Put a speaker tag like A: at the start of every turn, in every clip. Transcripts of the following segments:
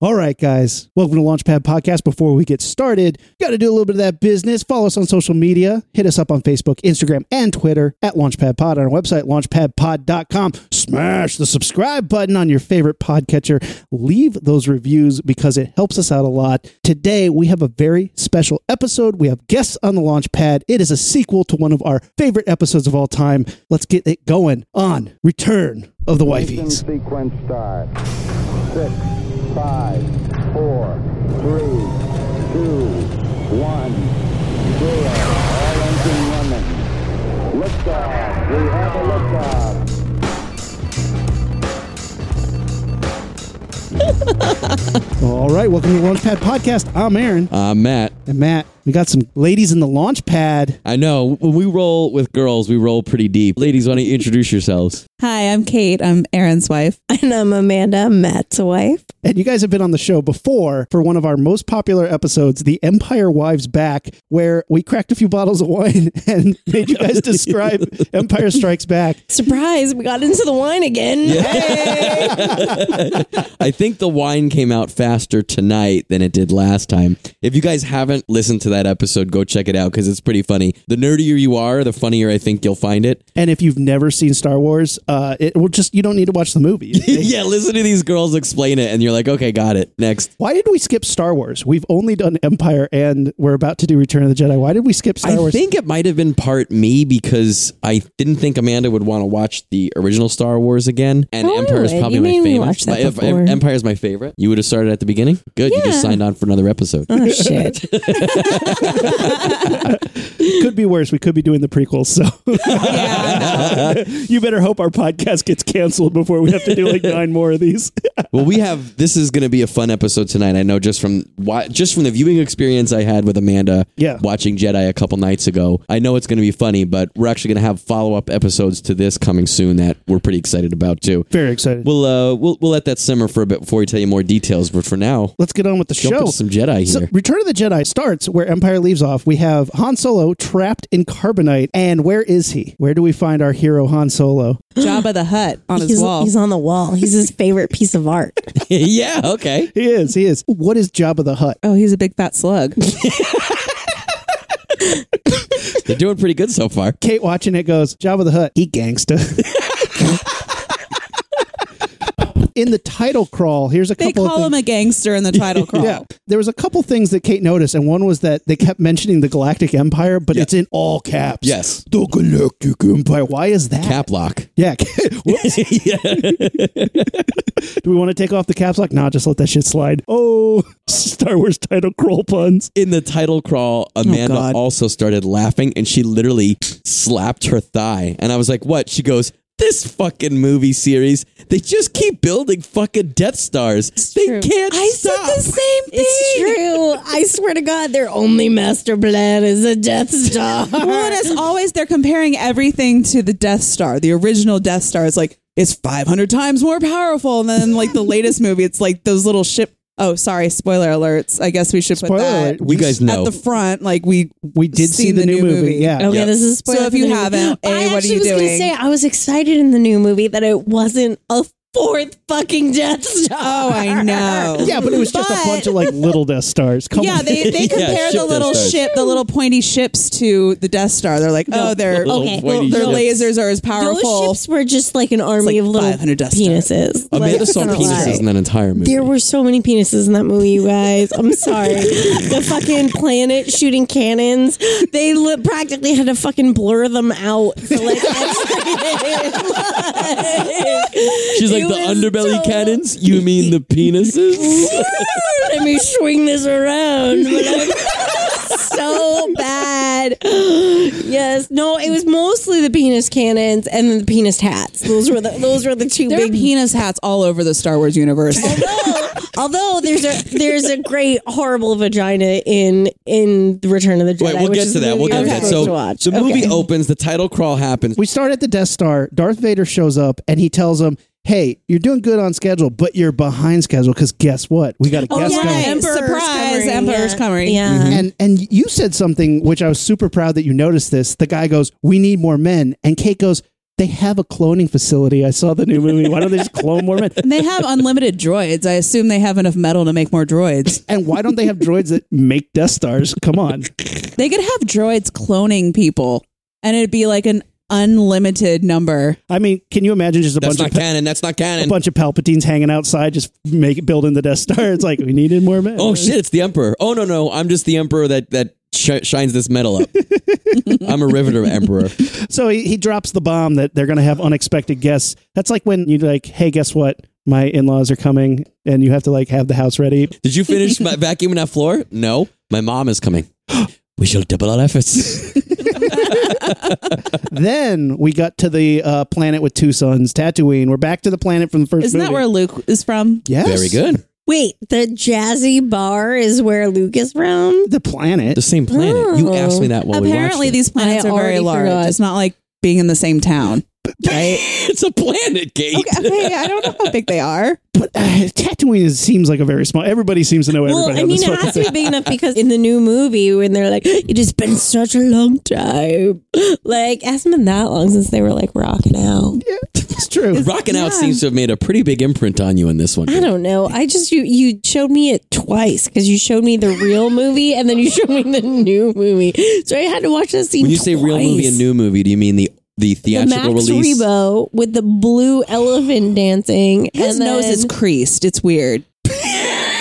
A: All right, guys, welcome to Launchpad Podcast. Before we get started, got to do a little bit of that business. Follow us on social media. Hit us up on Facebook, Instagram, and Twitter at Launchpad Pod on our website, launchpadpod.com. Smash the subscribe button on your favorite podcatcher. Leave those reviews because it helps us out a lot. Today, we have a very special episode. We have guests on the Launchpad. It is a sequel to one of our favorite episodes of all time. Let's get it going on Return of the
B: Ignition
A: Wifeys.
B: Sequence start. Six, five, four, three, two, one, zero. All engine running. Liftoff. We have a liftoff.
A: All right, welcome to the Launchpad Podcast. I'm Aaron.
C: Uh, Matt,
A: And Matt, we got some ladies in the launch pad.
C: I know when we roll with girls, we roll pretty deep. Ladies, why don't you introduce yourselves?
D: Hi, I'm Kate. I'm Aaron's wife.
E: And I'm Amanda, Matt's wife.
A: And you guys have been on the show before for one of our most popular episodes, The Empire Wives Back, where we cracked a few bottles of wine and made you guys describe Empire Strikes Back.
E: Surprise, we got into the wine again.
C: I think the wine came out faster tonight than it did last time. If you guys haven't listened to that episode, go check it out because it's pretty funny. The nerdier you are, the funnier I think you'll find it.
A: And if you've never seen Star Wars, uh, it will just, you don't need to watch the movie.
C: yeah, listen to these girls explain it, and you're like, okay, got it. Next.
A: Why did we skip Star Wars? We've only done Empire and we're about to do Return of the Jedi. Why did we skip Star
C: I
A: Wars?
C: think it might have been part me because I didn't think Amanda would want to watch the original Star Wars again, and
E: Oh, I
C: Empire is
E: would.
C: probably
E: You
C: my
E: made me
C: favorite.
E: watch that
C: My- if-
E: before.
C: Empire is my favorite. You would have started at the beginning. Good, you just
E: Yeah.
C: signed on for another episode.
E: Oh, shit.
A: could be worse. We could be doing the prequels. So you better hope our podcast gets canceled before we have to do like nine more of these.
C: well, we have this is going to be a fun episode tonight. I know just from wa- just from the viewing experience I had with Amanda,
A: Yeah.
C: watching Jedi a couple nights ago. I know it's going to be funny, but we're actually going to have follow up episodes to this coming soon that we're pretty excited about too.
A: Very excited.
C: We'll uh, we'll we'll let that simmer for a bit before we tell you more details. But for now,
A: Let's get on with the
C: jump
A: show.
C: into some Jedi here.
A: So, Return of the Jedi starts where Empire leaves off. We have Han Solo trapped in carbonite, and where is he? Where do we find our hero Han Solo?
D: Jabba the Hutt on his
E: he's,
D: wall.
E: he's on the wall. He's his favorite piece of art.
C: yeah, okay.
A: He is. He is. What is Jabba the Hutt?
D: oh, he's a big fat slug.
C: They're doing pretty good so far.
A: Kate watching it goes, Jabba the Hutt. He gangsta. in the title crawl, here's a
D: They
A: couple. of
D: call
A: things.
D: him a gangster in the title crawl.
A: Yeah, there was a couple things that Kate noticed, and one was that they kept mentioning the Galactic Empire, but it's in all caps.
C: Yes.
A: the Galactic Empire. Why is that?
C: Cap lock.
A: yeah. Whoops. Do we want to take off the caps? Like, nah, just let that shit slide. Oh, Star Wars title crawl puns.
C: In the title crawl,
E: Oh,
C: Amanda
A: God.
C: also started laughing and she literally slapped her thigh. And I was like, what? She goes, this fucking movie series, they just keep building fucking Death Stars. they
E: true.
C: can't
D: I said
C: stop.
D: the same thing.
E: It's true. I swear to God, their only master plan is a Death Star.
D: Well, and as always, they're comparing everything to the Death Star. The original Death Star is like, it's 500 times more powerful. And then, like, the latest movie, it's like those little ship. Oh, sorry. Spoiler alerts. I guess we should put
A: Spoiler
D: that
A: alert.
C: you guys know.
D: at the front. Like, we.
A: We did see
D: Seen
A: the,
D: the
A: new,
D: new
A: movie.
D: movie.
A: Yeah.
E: Okay,
C: Yep.
E: this is a spoiler.
D: So if
E: for the
D: you
E: new-
D: haven't, A,
E: I
D: what are
E: actually
D: you
E: was gonna
D: doing?
E: say I was excited in the new movie that it wasn't a fourth fucking Death Star.
D: Oh, I know.
A: Yeah, but it was just a
D: But-
A: bunch of like little Death Stars. Come
D: Yeah,
A: on.
D: they, they
C: Yeah,
D: compare
C: ship
D: the little
C: Death Stars.
D: ship, the little pointy ships to the Death Star. They're like, oh, they're
C: Little
E: Okay.
C: whitey
D: their
C: ships.
D: lasers are as
E: Those
D: powerful.
E: ships were just like an army
D: like
E: of little
D: 500 Death Stars.
E: penises.
C: Amanda
E: Like,
C: saw
E: I'm not gonna lie.
C: penises in that entire movie.
E: There were so many penises in that movie, you guys. I'm sorry. the fucking planet shooting cannons, they li- practically had to fucking blur them out. For, like, X-rays.
C: She's like, the
E: It was
C: underbelly
E: so-
C: cannons? You mean the penises?
E: Let me swing this around. But I'm so bad. Yes. No, it was mostly the penis cannons and then the penis hats. Those were the those were the two
D: There are
E: big
D: penis hats all over the Star Wars universe.
E: Although there's a there's a great horrible vagina in in the Return of the Jedi.
C: Wait, we'll
E: which
C: get
E: is
C: to
E: the
C: that. We'll
E: movie
C: get to that.
E: we're supposed
C: So
E: to watch.
C: the movie
E: Okay.
C: opens, the title crawl happens.
A: We start at the Death Star. Darth Vader shows up and he tells him, "Hey, you're doing good on schedule, but you're behind schedule because guess what? We got a
E: Oh,
A: guest
E: yeah,
A: coming."
E: Emperor's
D: Surprise,
E: covering,
D: Emperor's
E: yeah.
D: covering.
E: Yeah.
C: Mm-hmm.
A: And and you said something which I was super proud that you noticed this. The guy goes, "We need more men," and Kate goes, They have a cloning facility. I saw the new movie. Why don't they just clone more men?
D: And they have unlimited droids. I assume they have enough metal to make more droids.
A: And why don't they have droids that make Death Stars? Come on.
D: They could have droids cloning people, and it'd be like an unlimited number.
A: I mean, can you imagine just a bunch
C: That's not
A: of pa-
C: canon. That's not
A: a
C: canon.
A: bunch of Palpatines hanging outside, just make building the Death Star? It's like we needed more men.
C: Oh shit! It's the emperor. Oh no, no, I'm just the emperor that that sh- shines this metal up. I'm a riveter emperor.
A: So he, he drops the bomb that they're going to have unexpected guests. That's like when you like, hey, guess what? My in laws are coming, and you have to like have the house ready.
C: Did you finish my vacuuming that floor? No, my mom is coming. we shall double our efforts.
A: then we got to the uh, planet with two suns, Tatooine. We're back to the planet from the first.
D: Isn't that
A: movie.
D: where Luke is from?
A: Yes,
C: Very good.
E: Wait, the jazzy bar is where Luke is from?
A: The planet.
C: The same planet. You asked me that while
D: Apparently,
C: we watched
D: these planets
E: I
D: are very
E: already
D: large.
E: forgot.
D: It's not like being in the same town.
C: it. It's a planet, Kate.
D: Okay, hey, I don't know how big they are.
A: But uh, Tatooine is, seems like a very small. Everybody seems to know
E: Well,
A: everybody.
E: I
A: on
E: mean,
A: this
E: it
A: fucking
E: has to be
A: thing.
E: big enough because in the new movie, when they're like, it has been such a long time. Like, it hasn't been that long since they were like rocking out.
A: It's true.
C: Rocking out
D: Yeah.
C: seems to have made a pretty big imprint on you in this one.
E: I
C: Kate.
E: don't know. I just, you, you showed me it twice because you showed me the real movie and then you showed me the new movie. So I had to watch that scene
C: When you say real movie
E: twice.
C: and new movie, do you mean the the
E: the Max
C: theatrical release?
E: Rebo with the blue elephant dancing.
D: His
E: and
D: nose
E: then-
D: is creased. It's weird.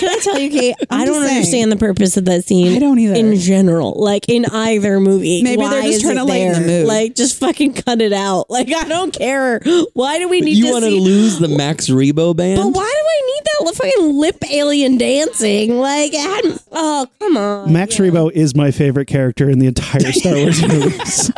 E: Can I tell you, Kate?
D: I'm
E: I
D: just
E: don't
D: saying.
E: understand the purpose of that scene.
D: I don't either.
E: In general, like in either movie,
D: Maybe they're
E: Why
D: just
E: is
D: trying
E: it
D: to lighten the
E: there?
D: mood.
E: Like, just fucking cut it out. Like, I don't care. Why do we need
C: You
E: to
C: want to
E: see?
C: lose the Max Rebo band?
E: but why do I need that li- fucking lip alien dancing? Like, it hadn't. Oh, come on.
A: Max Rebo is my favorite character in the entire Star Wars movies.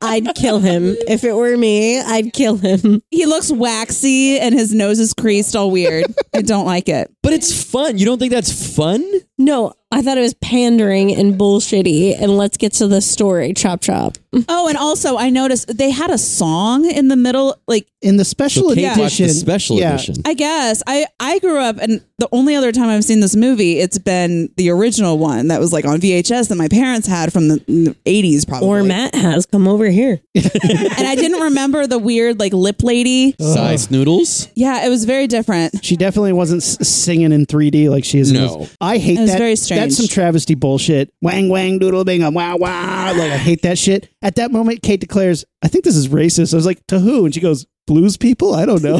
E: I'd kill him if it were me. I'd kill him.
D: He looks waxy and his nose is creased, all weird. I don't like it.
C: But it's fun. You don't think that's fun?
E: No, I thought it was pandering and bullshitty. And let's get to the story. Chop chop.
D: Oh, and also I noticed they had a song in the middle. Like
A: In the special
C: So Kate watched
A: edition,
C: the special
A: yeah,
C: edition.
D: I guess I I grew up, and the only other time I've seen this movie, it's been the original one that was like on VHS that my parents had from the eighties, probably.
E: Or Matt has come over here.
D: and I didn't remember the weird like lip lady.
C: Size noodles.
D: Yeah, it was very different.
A: She definitely wasn't s- singing in 3D like she is. in
C: No.
A: this. I hate
D: It was
A: that.
D: very strange.
A: That's some travesty bullshit. Wang wang doodle bingum wow wow. Like I hate that shit. At that moment, Kate declares, "I think this is racist." I was like, "To who?" And she goes, "Blues people." I don't know.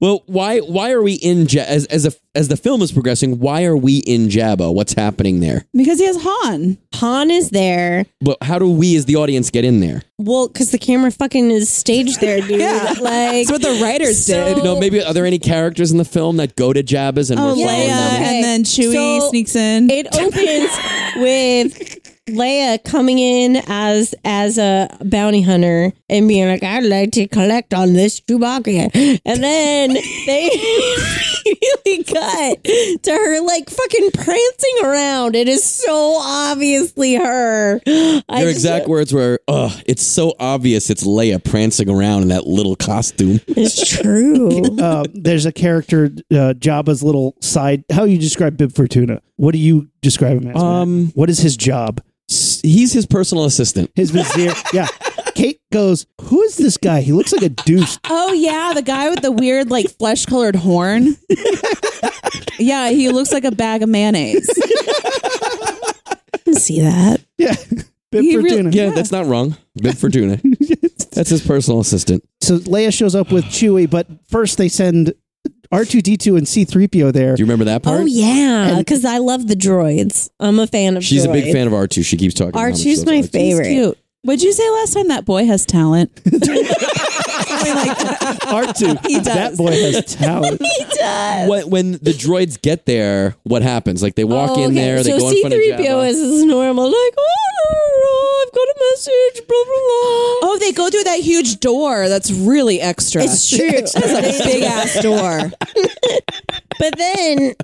C: Well, why why are we in ja- as as a, as the film is progressing? Why are we in Jabba? What's happening there?
D: Because he has Han.
E: Han is there.
C: But how do we as the audience get in there?
E: Well, because the camera fucking is staged there, dude.
D: Yeah.
E: Like,
D: That's what the writers
E: So-
D: did.
C: You know, maybe are there any characters in the film that go to Jabba's and
D: Oh,
C: we're
D: Leia,
C: following them?
E: Okay.
D: and then Chewie
E: So-
D: sneaks in.
E: it opens with Leia coming in as as a bounty hunter and being like, "I'd like to collect on this Chewbacca," and then they really cut to her like fucking prancing around. It is so obviously her. Your
C: Your exact words were, "Ugh, it's so obvious. It's Leia prancing around in that little costume."
E: It's true.
A: uh, there's a character, uh, Jabba's little side. How you describe Bib Fortuna? What do you describe him as? Matt?
C: Um,
A: what is his job?
C: S- He's his personal assistant.
A: His vizier. yeah. Kate goes, "Who is this guy? He looks like a douche."
D: Oh yeah, the guy with the weird like flesh colored horn. yeah, he looks like a bag of mayonnaise.
E: See that?
A: Yeah. Bib
D: He really-
A: Fortuna.
C: Yeah, that's not wrong. Bib Fortuna. that's his personal assistant.
A: So Leia shows up with Chewie, but first they send R2D2 and C3PO there.
C: Do you remember that part?
E: Oh yeah, because I love the droids. I'm a fan of.
C: She's a big
E: droids.
C: fan of R2. She keeps talking. about how much she
E: R2's
C: loves
E: my
C: R2.
E: favorite.
D: He's cute. Would you say last time that boy has talent?
A: R2,
D: He does.
A: that boy has talent.
E: He does.
C: When, when the droids get there, what happens? Like they walk
D: Oh,
C: in there, they
E: Oh,
C: go
E: so
C: in
E: C3PO
C: front of Jabba.
E: is his normal, like, oh, I've got a message, blah, blah, blah.
D: Oh, they go through that huge door. That's really extra.
E: It's true.
D: That's a big ass door.
E: but then,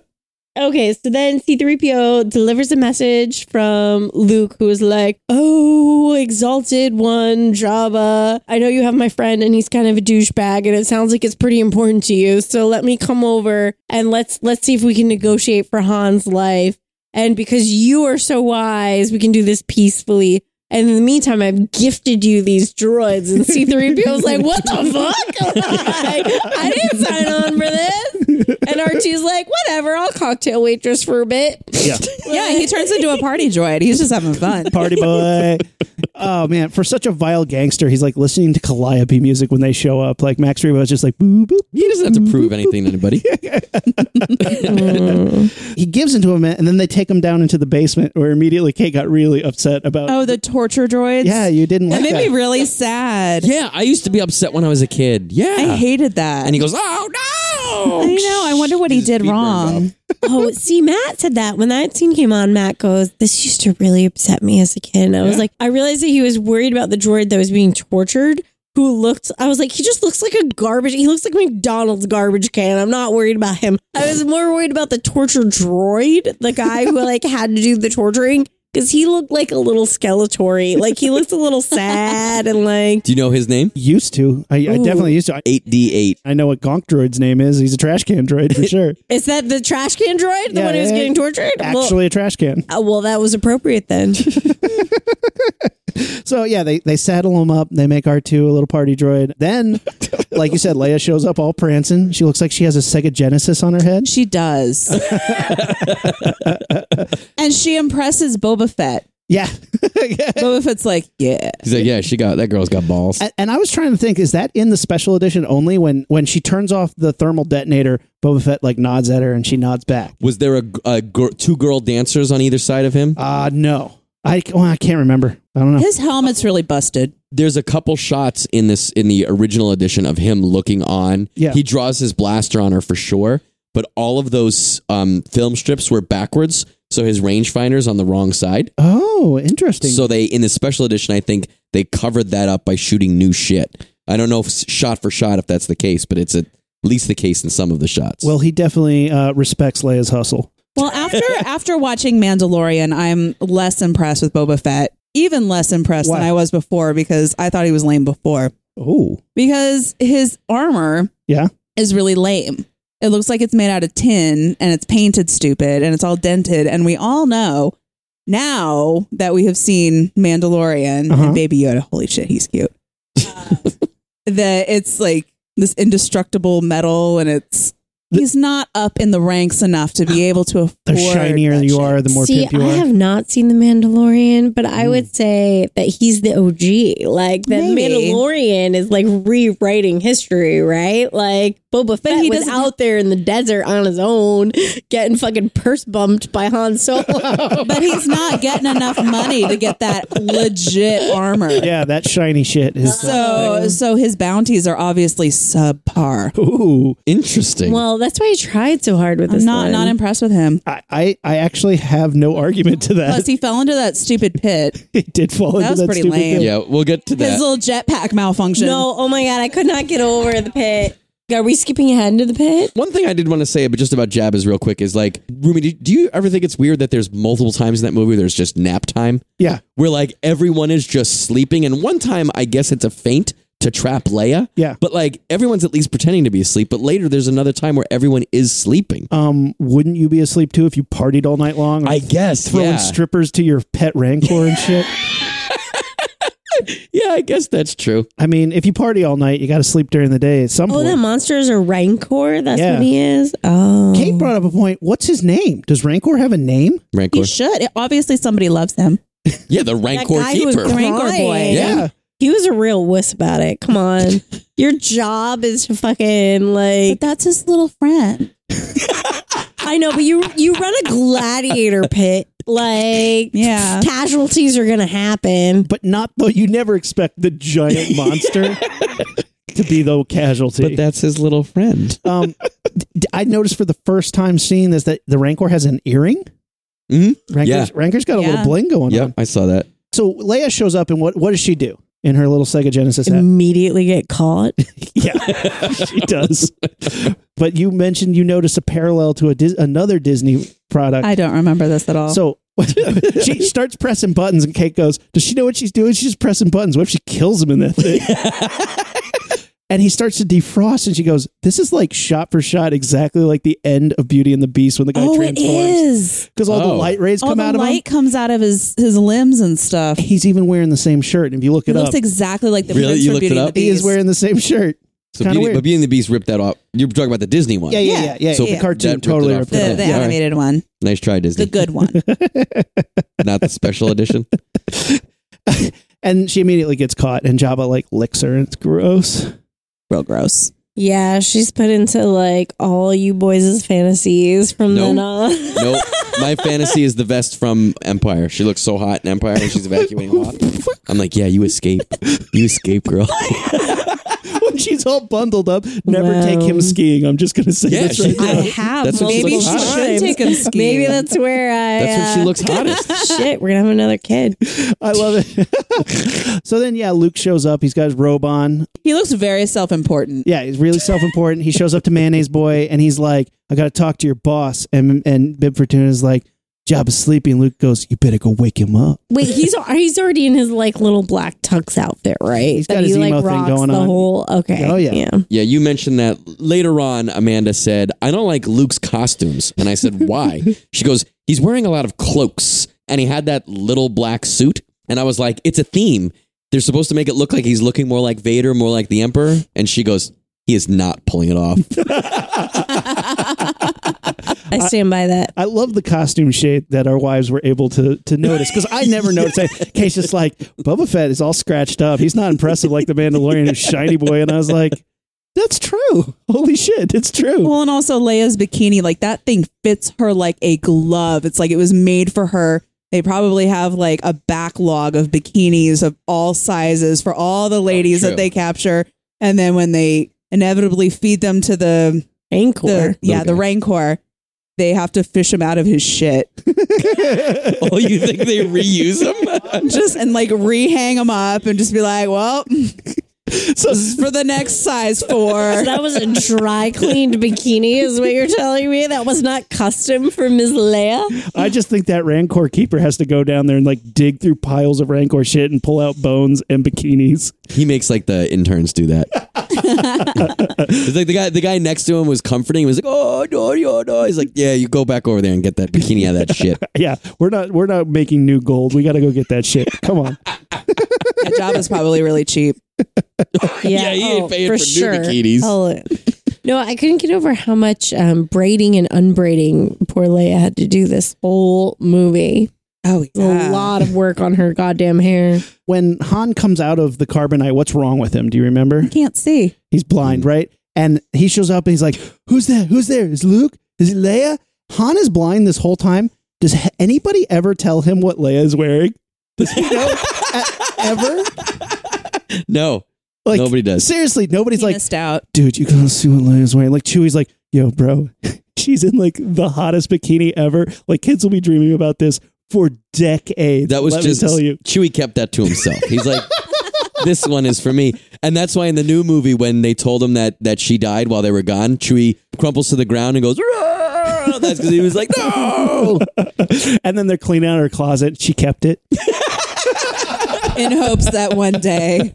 E: okay, so then C3PO delivers a message from Luke, who is like, oh, exalted one, Jabba, I know you have my friend and he's kind of a douchebag and it sounds like it's pretty important to you. So let me come over and let's, let's see if we can negotiate for Han's life. And because you are so wise, we can do this peacefully. And in the meantime, I've gifted you these droids. And C3PO was like, what the fuck? Like, I didn't sign on for this. And R2's like, whatever, I'll cocktail waitress for a bit.
A: Yeah.
D: Yeah, he turns into a party droid. He's just having fun.
A: Party boy. oh man, for such a vile gangster, he's like listening to Calliope music when they show up. Like Max Rebo's just like boo boo.
C: He doesn't have to prove anything to anybody.
A: He gives into him and then they take him down into the basement where immediately Kate got really upset about
D: Oh, the torture droids.
A: Yeah, you didn't
D: That
A: like
D: made
A: that.
D: me really sad.
C: Yeah, I used to be upset when I was a kid. Yeah.
D: I hated that.
C: And he goes, "Oh
D: I
C: no!"
D: know. I wonder what he did
C: feet burned
D: wrong.
E: Oh, see, Matt said that when that scene came on. Matt goes, "This used to really upset me as a kid." And I was like, I realized that he was worried about the droid that was being tortured, who looked. I was like, he just looks like a garbage. He looks like McDonald's garbage can. I'm not worried about him. I was more worried about the torture droid, the guy who like had to do the torturing, because he looked like a little Skeletor. Like he looked a little sad and like.
C: Do you know his name?
A: Used to. I, I definitely used to. I,
C: Eight D eight.
A: I know what Gonk Droid's name is. He's a trash can droid for sure.
E: Is that the trash can droid? The
A: Yeah,
E: one who was
A: yeah.
E: getting tortured? Well-
A: Actually a trash can.
E: uh, well, that was appropriate then.
A: So yeah, they they saddle him up. They make R two a little party droid. Then, like you said, Leia shows up all prancing. She looks like she has a Sega Genesis on her head.
D: She does. and she impresses Boba Fett.
A: Yeah,
D: Boba Fett's like, yeah.
C: He's like, "Yeah, she got that girl's got balls."
A: and, and I was trying to think: is that in the special edition only? When when she turns off the thermal detonator, Boba Fett like nods at her and she nods back.
C: Was there a, a gir- two girl dancers on either side of him?
A: Uh no, I well, I can't remember. I don't know.
D: His helmet's really busted.
C: There's a couple shots in this in the original edition of him looking on.
A: Yeah.
C: he draws his blaster on her for sure, but all of those um, film strips were backwards, so his rangefinder's on the wrong side.
A: Oh, interesting.
C: So they in the special edition, I think they covered that up by shooting new shit. I don't know if s- shot for shot if that's the case, but it's at least the case in some of the shots.
A: well, he definitely uh, respects Leia's hustle.
D: Well, after after watching Mandalorian, I'm less impressed with Boba Fett. Even less impressed
A: Why?
D: than I was before because I thought he was lame before.
A: Oh,
D: Because his armor
A: yeah.
D: is really lame. It looks like it's made out of tin and it's painted stupid and it's all dented. And we all know now that we have seen Mandalorian
A: Uh-huh.
D: and Baby Yoda, holy shit, he's cute. Uh, that it's like this indestructible metal and it's. He's not up in the ranks enough to be able to afford.
A: The shinier
D: that
A: you
D: shit.
A: are, the more
E: See,
A: pimp you
E: I
A: are.
E: have not seen The Mandalorian, but I
D: Mm.
E: would say that he's the OG. Like the
D: Maybe.
E: Mandalorian is like rewriting history, right? Like Boba Fett
D: he
E: was
D: doesn't-
E: out there in the desert on his own, getting fucking purse bumped by Han Solo.
D: but he's not getting enough money to get that legit armor.
A: yeah, that shiny shit is.
D: So, so his bounties are obviously subpar.
A: ooh.
C: interesting.
E: well, that's why he tried so hard with this.
D: I'm not
E: one.
D: not impressed with him.
A: I, I, I actually have no argument to that.
D: Plus, he fell into that stupid pit.
A: It did fall into
D: was
A: that
D: pretty
A: stupid
D: lame.
A: thing.
C: yeah, we'll get to
D: His
C: that.
D: little jetpack malfunction.
E: no, oh my god, I could not get over the pit. Are we skipping ahead to the pit?
C: One thing I did want to say, but just about Jabba's real quick, is like, Rumi, do, do you ever think it's weird that there's multiple times in that movie there's just nap time,
A: Yeah.
C: where like everyone is just sleeping, and one time I guess it's a feint to trap Leia.
A: Yeah.
C: but like everyone's at least pretending to be asleep. But later there's another time where everyone is sleeping.
A: Um, wouldn't you be asleep too if you partied all night long?
C: I guess
A: throwing
C: yeah.
A: strippers to your pet rancor and shit.
C: yeah, I guess that's true.
A: I mean, if you party all night, you got to sleep during the day at some
E: Oh,
A: point.
E: that monster is a rancor. That's
A: Yeah.
E: what he is. Oh,
A: Kate brought up a point. What's his name? Does Rancor have a name?
C: Rancor.
D: he should. Obviously, somebody loves him.
C: yeah, the
E: that
C: Rancor
E: guy who was
C: keeper.
D: great. Rancor boy.
E: crying.
C: Yeah.
E: He was a real wuss about it. Come on. Your job is to fucking
D: But
E: like
D: that's his little friend.
E: I know, but you you run a gladiator pit. Like
D: Yeah.
E: casualties are gonna happen.
A: But not though. You never expect the giant monster to be the casualty.
C: But that's his little friend.
A: um, d- d- I noticed for the first time seeing this that the Rancor has an earring.
C: Mhm.
A: Rancor's,
C: Yeah.
A: Rancor's got a little
D: Yeah.
A: bling going
C: Yep,
A: on.
C: I saw that.
A: So Leia shows up, and what, what does she do in her little Sega Genesis hat?
E: Immediately get caught.
A: Yeah, she does. But you mentioned you notice a parallel to a Dis- another Disney product.
D: I don't remember this at all.
A: so she starts pressing buttons, and Kate goes, "Does she know what she's doing? She's just pressing buttons. What if she kills him in that thing?" and he starts to defrost, and she goes, "This is like shot for shot, exactly like the end of Beauty and the Beast when the guy
E: Oh, it
A: transforms
E: is.
A: because all the
C: Oh.
A: light rays
D: All
A: come
D: the
A: out of
D: light
A: him."
D: comes out of his his limbs and stuff. He
A: He's even wearing the same shirt. And if you look it
D: looks
A: up,
D: exactly like the
C: Really?
D: prince
C: You
D: from
C: looked
D: Beauty
C: it
D: and the
C: up?
A: he
D: Beast.
A: is wearing the same shirt.
C: So
A: Kinda
C: Beauty,
A: weird.
C: but Beauty and the Beast ripped that off. You're talking about the Disney one.
A: Yeah, yeah, yeah, yeah.
C: So
A: yeah.
C: that
A: The cartoon
C: ripped it
A: totally
C: off.
A: ripped
D: the,
A: it
C: Yeah.
A: off.
D: the
C: All right.
D: animated one,
C: Nice try, Disney.
D: the good one.
C: Not the special edition.
A: And she immediately gets caught, and Jabba like licks her, and it's gross.
D: Real gross.
E: Yeah, she's put into like all you boys' fantasies from
C: No.
E: then on.
C: Nope. My fantasy is the vest from Empire. She looks so hot in Empire when she's evacuating hot. I'm like, yeah, you escape. You escape, girl.
A: when she's all bundled up, never
E: Wow.
A: take him skiing. I'm just gonna say
C: Yeah,
A: this
C: she
A: right
C: did.
A: now.
D: I have.
C: That's what she
D: Maybe
C: looks
D: she
C: like.
D: should take him skiing.
E: Maybe that's where I.
C: That's when she looks hottest.
E: uh, Shit, we're gonna have another kid.
A: I love it. so then, yeah, Luke shows up. He's got his robe on.
D: he looks very self important.
A: Yeah, he's really self important. He shows up to Mayonnaise Boy and he's like, I got to talk to your boss. And and Bib Fortuna's like, Jabba's sleeping. Luke goes, You better go wake him up.
E: Wait, he's he's already in his like little black tux outfit, right?
A: He's got
E: That
A: his
E: he, like,
A: emo thing
E: rocks
A: going
E: the
A: on.
E: Whole okay.
A: Oh, yeah.
C: Yeah, you mentioned that later on. Amanda said, I don't like Luke's costumes. And I said, why? she goes, he's wearing a lot of cloaks. And he had that little black suit. And I was like, it's a theme. They're supposed to make it look like he's looking more like Vader, more like the Emperor. And she goes, he is not pulling it off.
E: I stand by that.
A: I love the costume shade that our wives were able to to notice because I never noticed that. Kate's just like, Boba Fett is all scratched up. He's not impressive like the Mandalorian who's shiny boy. And I was like, That's true. Holy shit, it's true.
D: Well, and also Leia's bikini, like that thing fits her like a glove. It's like it was made for her. They probably have like a backlog of bikinis of all sizes for all the ladies
C: true.
D: that they capture. And then when they inevitably feed them to the,
E: Ankle.
D: the yeah,
C: Little
D: the
C: guy.
D: Rancor, they have to fish him out of his shit.
C: oh, you think they reuse him?
D: just and like rehang him up and just be like, well,
A: so
D: for the next size four.
E: that was a dry cleaned bikini, is what you're telling me. That was not custom for Ms. Leia.
A: I just think that Rancor keeper has to go down there and like dig through piles of Rancor shit and pull out bones and bikinis.
C: He makes like the interns do that. it's like the guy the guy next to him was comforting. He was like, "Oh no, no, no." He's like, "Yeah, you go back over there and get that bikini out of that shit."
A: Yeah, we're not we're not making new gold. We got to go get that shit. Come on.
D: That job is probably really cheap.
C: Yeah, he ain't paying for new bikinis.
E: Oh, no, I couldn't get over how much um, braiding and unbraiding poor Leia had to do this whole movie.
D: Oh,
E: A lot of work on her goddamn hair.
A: When Han comes out of the carbonite, what's wrong with him? Do you remember?
D: Can't see.
A: He's blind, right? And he shows up and he's like, "Who's that? Who's there? Is Luke? Is it Leia?" Han is blind this whole time. Does h- anybody ever tell him what Leia is wearing? Does he know E- ever?
C: No,
A: Like
C: Nobody does.
A: Seriously, nobody's
D: he
A: like,
D: missed out.
A: dude, you gotta see what Leia's wearing. Like Chewie's like, yo, bro, she's in like the hottest bikini ever. Like kids will be dreaming about this for decades.
C: that was
A: Let
C: just
A: me tell you.
C: Chewie kept that to himself. He's like, "This one is for me," and that's why in the new movie when they told him that that she died while they were gone, Chewie crumples to the ground and goes. "Rah!" That's because he was like, "No."
A: And then they're cleaning out her closet. She kept it.
D: in hopes that one day.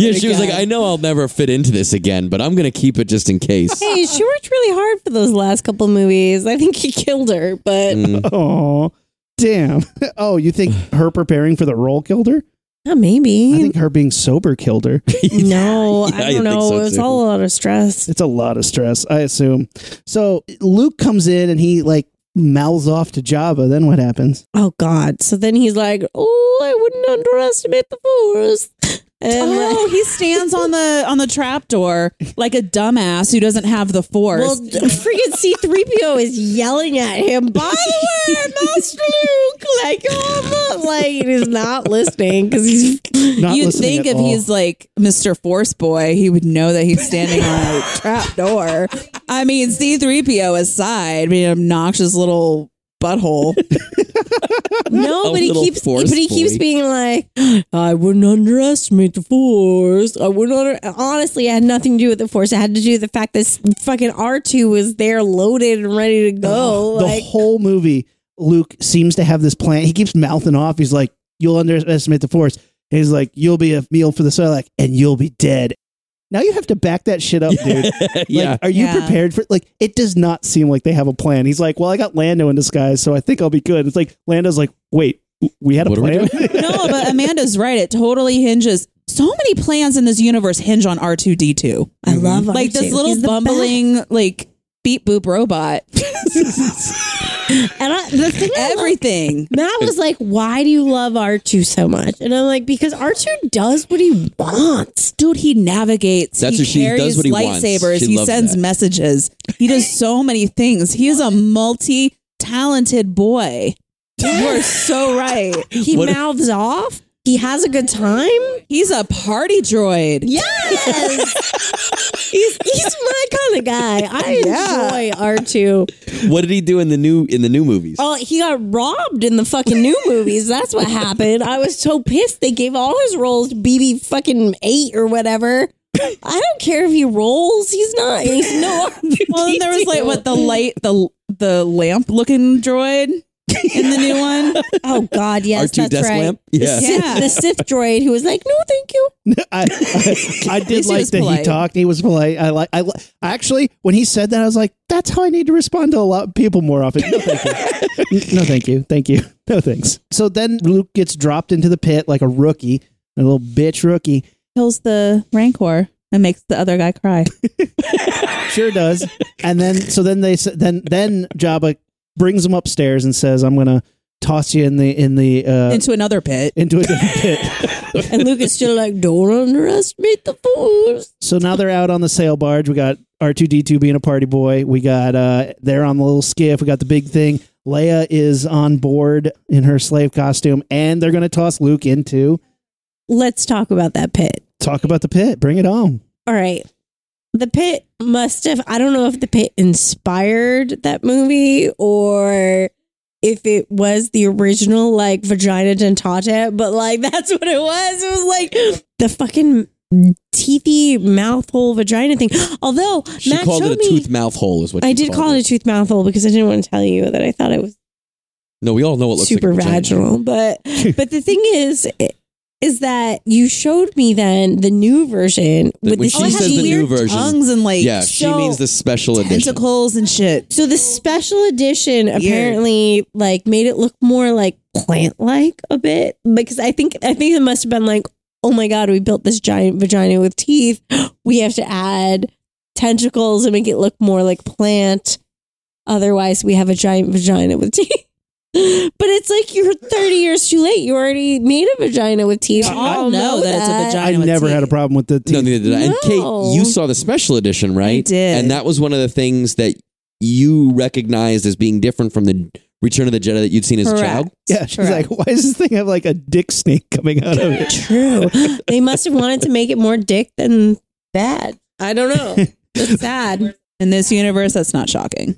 C: Yeah, she was like,
D: Again.
C: "I know I'll never fit into this again, but I'm gonna keep it just in case."
E: Hey, she worked really hard for those last couple movies. I think he killed her, but
C: Mm.
A: Oh, damn. Oh, you think her preparing for the role killed her?
E: uh, maybe.
A: I think her being sober killed her.
E: no,
C: Yeah, I
E: I don't
C: think
E: know.
C: so,
E: It was
C: too.
E: all a lot of stress.
A: It's a lot of stress, I assume. So Luke comes in and he like mouths off to Jabba. Then what happens?
E: Oh God! So then he's like, "Oh, I wouldn't underestimate the force." And uh,
D: Oh, he stands on the on the trap door like a dumbass who doesn't have the force.
E: Well, d- freaking C3PO is yelling at him, by the way, Master Luke, like, oh, like, he's not listening because he's,
A: Not
D: You'd
A: listening
D: think
A: at
D: if
A: all.
D: he's like Mr. Force Boy, he would know that he's standing on a trap door. I mean, C3PO aside, being an obnoxious little butthole.
E: no,
C: A
E: but he
C: little
E: keeps,
C: force
E: but he keeps
C: boy.
E: being like, I wouldn't underestimate the force. I wouldn't, under- honestly, it had nothing to do with the force. It had to do with the fact that s- fucking R2 was there loaded and ready to go.
A: the
E: like,
A: whole movie, Luke seems to have this plan. He keeps mouthing off. He's like, "You'll underestimate the Force." And he's like, "You'll be a meal for the Sarlacc, and you'll be dead." Now you have to back that shit up, dude.
C: yeah.
A: Like, are you
D: Yeah.
A: prepared for like it does not seem like they have a plan. He's like, Well, I got Lando in disguise, so I think I'll be good. It's like Lando's like, wait, w- we had a
C: What are we
A: plan.
D: no, but Amanda's right. It totally hinges. So many plans in this universe hinge on R two D two.
E: I love R2.
D: Like this
E: He's
D: little
E: the
D: bumbling like beep boop robot.
E: best. And I, the thing I love-
D: Everything.
E: Matt was like, "Why do you love R two so much?" And I'm like, "Because R two does what he wants."
D: Dude, he navigates.
C: That's
D: he
C: what she- he does
D: carries
C: what he wants.
D: lightsabers.
C: She
D: He
C: loves
D: sends
C: that.
D: messages. He does so many things. He is a multi talented boy. You're so right.
E: He
C: What-
E: mouths off. He has a good time.
D: He's a party droid.
E: Yes, he's he's my kind of guy. I enjoy R two.
C: What did he do in the new in the new movies?
E: Oh, he got robbed in the fucking new movies. That's what happened. I was so pissed. They gave all his roles to BB fucking eight or whatever. I don't care if he rolls. He's not. He's no.
D: Well, then there was like what the light the the lamp looking droid in the new one.
E: Oh God, yes,
C: R2
E: that's
C: desk
E: right.
C: lamp?
E: The,
C: Yeah.
E: Sith,
D: Yeah.
E: the Sith droid who was like, "No, thank you."
A: I, I, I did
D: least he
A: like
D: was
A: that he
D: polite.
A: talked. He was polite. I like. I li- actually, when he said that, I was like, "That's how I need to respond to a lot of people more often." No, thank you. no, thank you. Thank you. No, thanks. So then Luke gets dropped into the pit like a rookie, a little bitch rookie.
D: Kills the rancor and makes the other guy cry.
A: Sure does. And then so then they s- then then Jabba brings him upstairs and says, "I'm gonna toss you in the in the uh,
D: Into another pit.
A: into a different pit."
E: And Luke is still like, "Don't underestimate the force."
A: So now they're out on the sail barge. We got R two D two being a party boy. We got uh they're on the little skiff. We got the big thing. Leia is on board in her slave costume, and they're gonna toss Luke into.
E: Let's talk about that pit.
A: Talk about the pit. Bring it on.
E: All right. The pit must have I don't know if the pit inspired that movie or if it was the original like vagina dentata, but like that's what it was. It was like the fucking teethy mouth hole vagina thing. Although
C: she
E: Matt
C: called
E: showed
C: it a
E: me,
C: tooth mouth hole, is what
E: I
C: she
E: did
C: called
E: call it a tooth mouth hole because I didn't want to tell you that I thought it was
C: No, we all know it looks
E: super
C: like a vagina.
E: vaginal. But but the thing is, is that you showed me then the new version with
C: When
E: the
C: she says the
E: CG
C: new version-
D: Tongues and like
C: Yeah, she
E: So-
C: means the special edition.
D: tentacles and shit.
E: So the special edition apparently like made it look more like plant like a bit because I think I think it must have been like oh my god we built this giant vagina with teeth we have to add tentacles and make it look more like plant otherwise we have a giant vagina with teeth but it's like you're 30 years too late you already made a vagina with teeth
D: We
E: We
D: all know that it's a vagina.
A: I
D: with
A: never had a
D: teeth.
A: problem with the
C: No,
A: teeth.
C: neither did I. And
E: No.
C: Kate, you saw the special edition, right?
D: did.
C: And that was one of the things that you recognized as being different from the Return of the Jedi that you'd seen as a child.
A: yeah, she's
D: Correct.
A: like, why does this thing have like a dick snake coming out of it?
E: True. they must have wanted to make it more dick than bad. I don't know. It's sad.
D: In this universe, that's not shocking.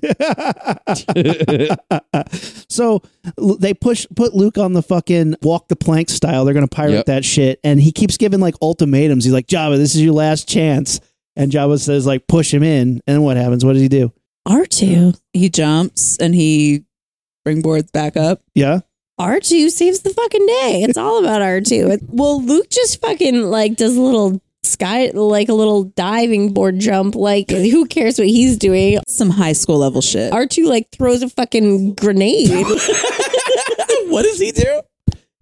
A: so l- they push put Luke on the fucking walk the plank style. They're gonna pirate
C: Yep.
A: that shit, and he keeps giving like ultimatums. He's like, Java, this is your last chance. And Java says, like, push him in. And what happens? What does he do?
E: R2.
D: He jumps and he springboards back up.
A: Yeah,
E: R2 saves the fucking day. It's all about R2. It- Well, Luke just fucking like does a little sky, like a little diving board jump. Like, who cares what he's doing?
D: Some high school level shit.
E: R2 like throws a fucking grenade,
C: what does he do?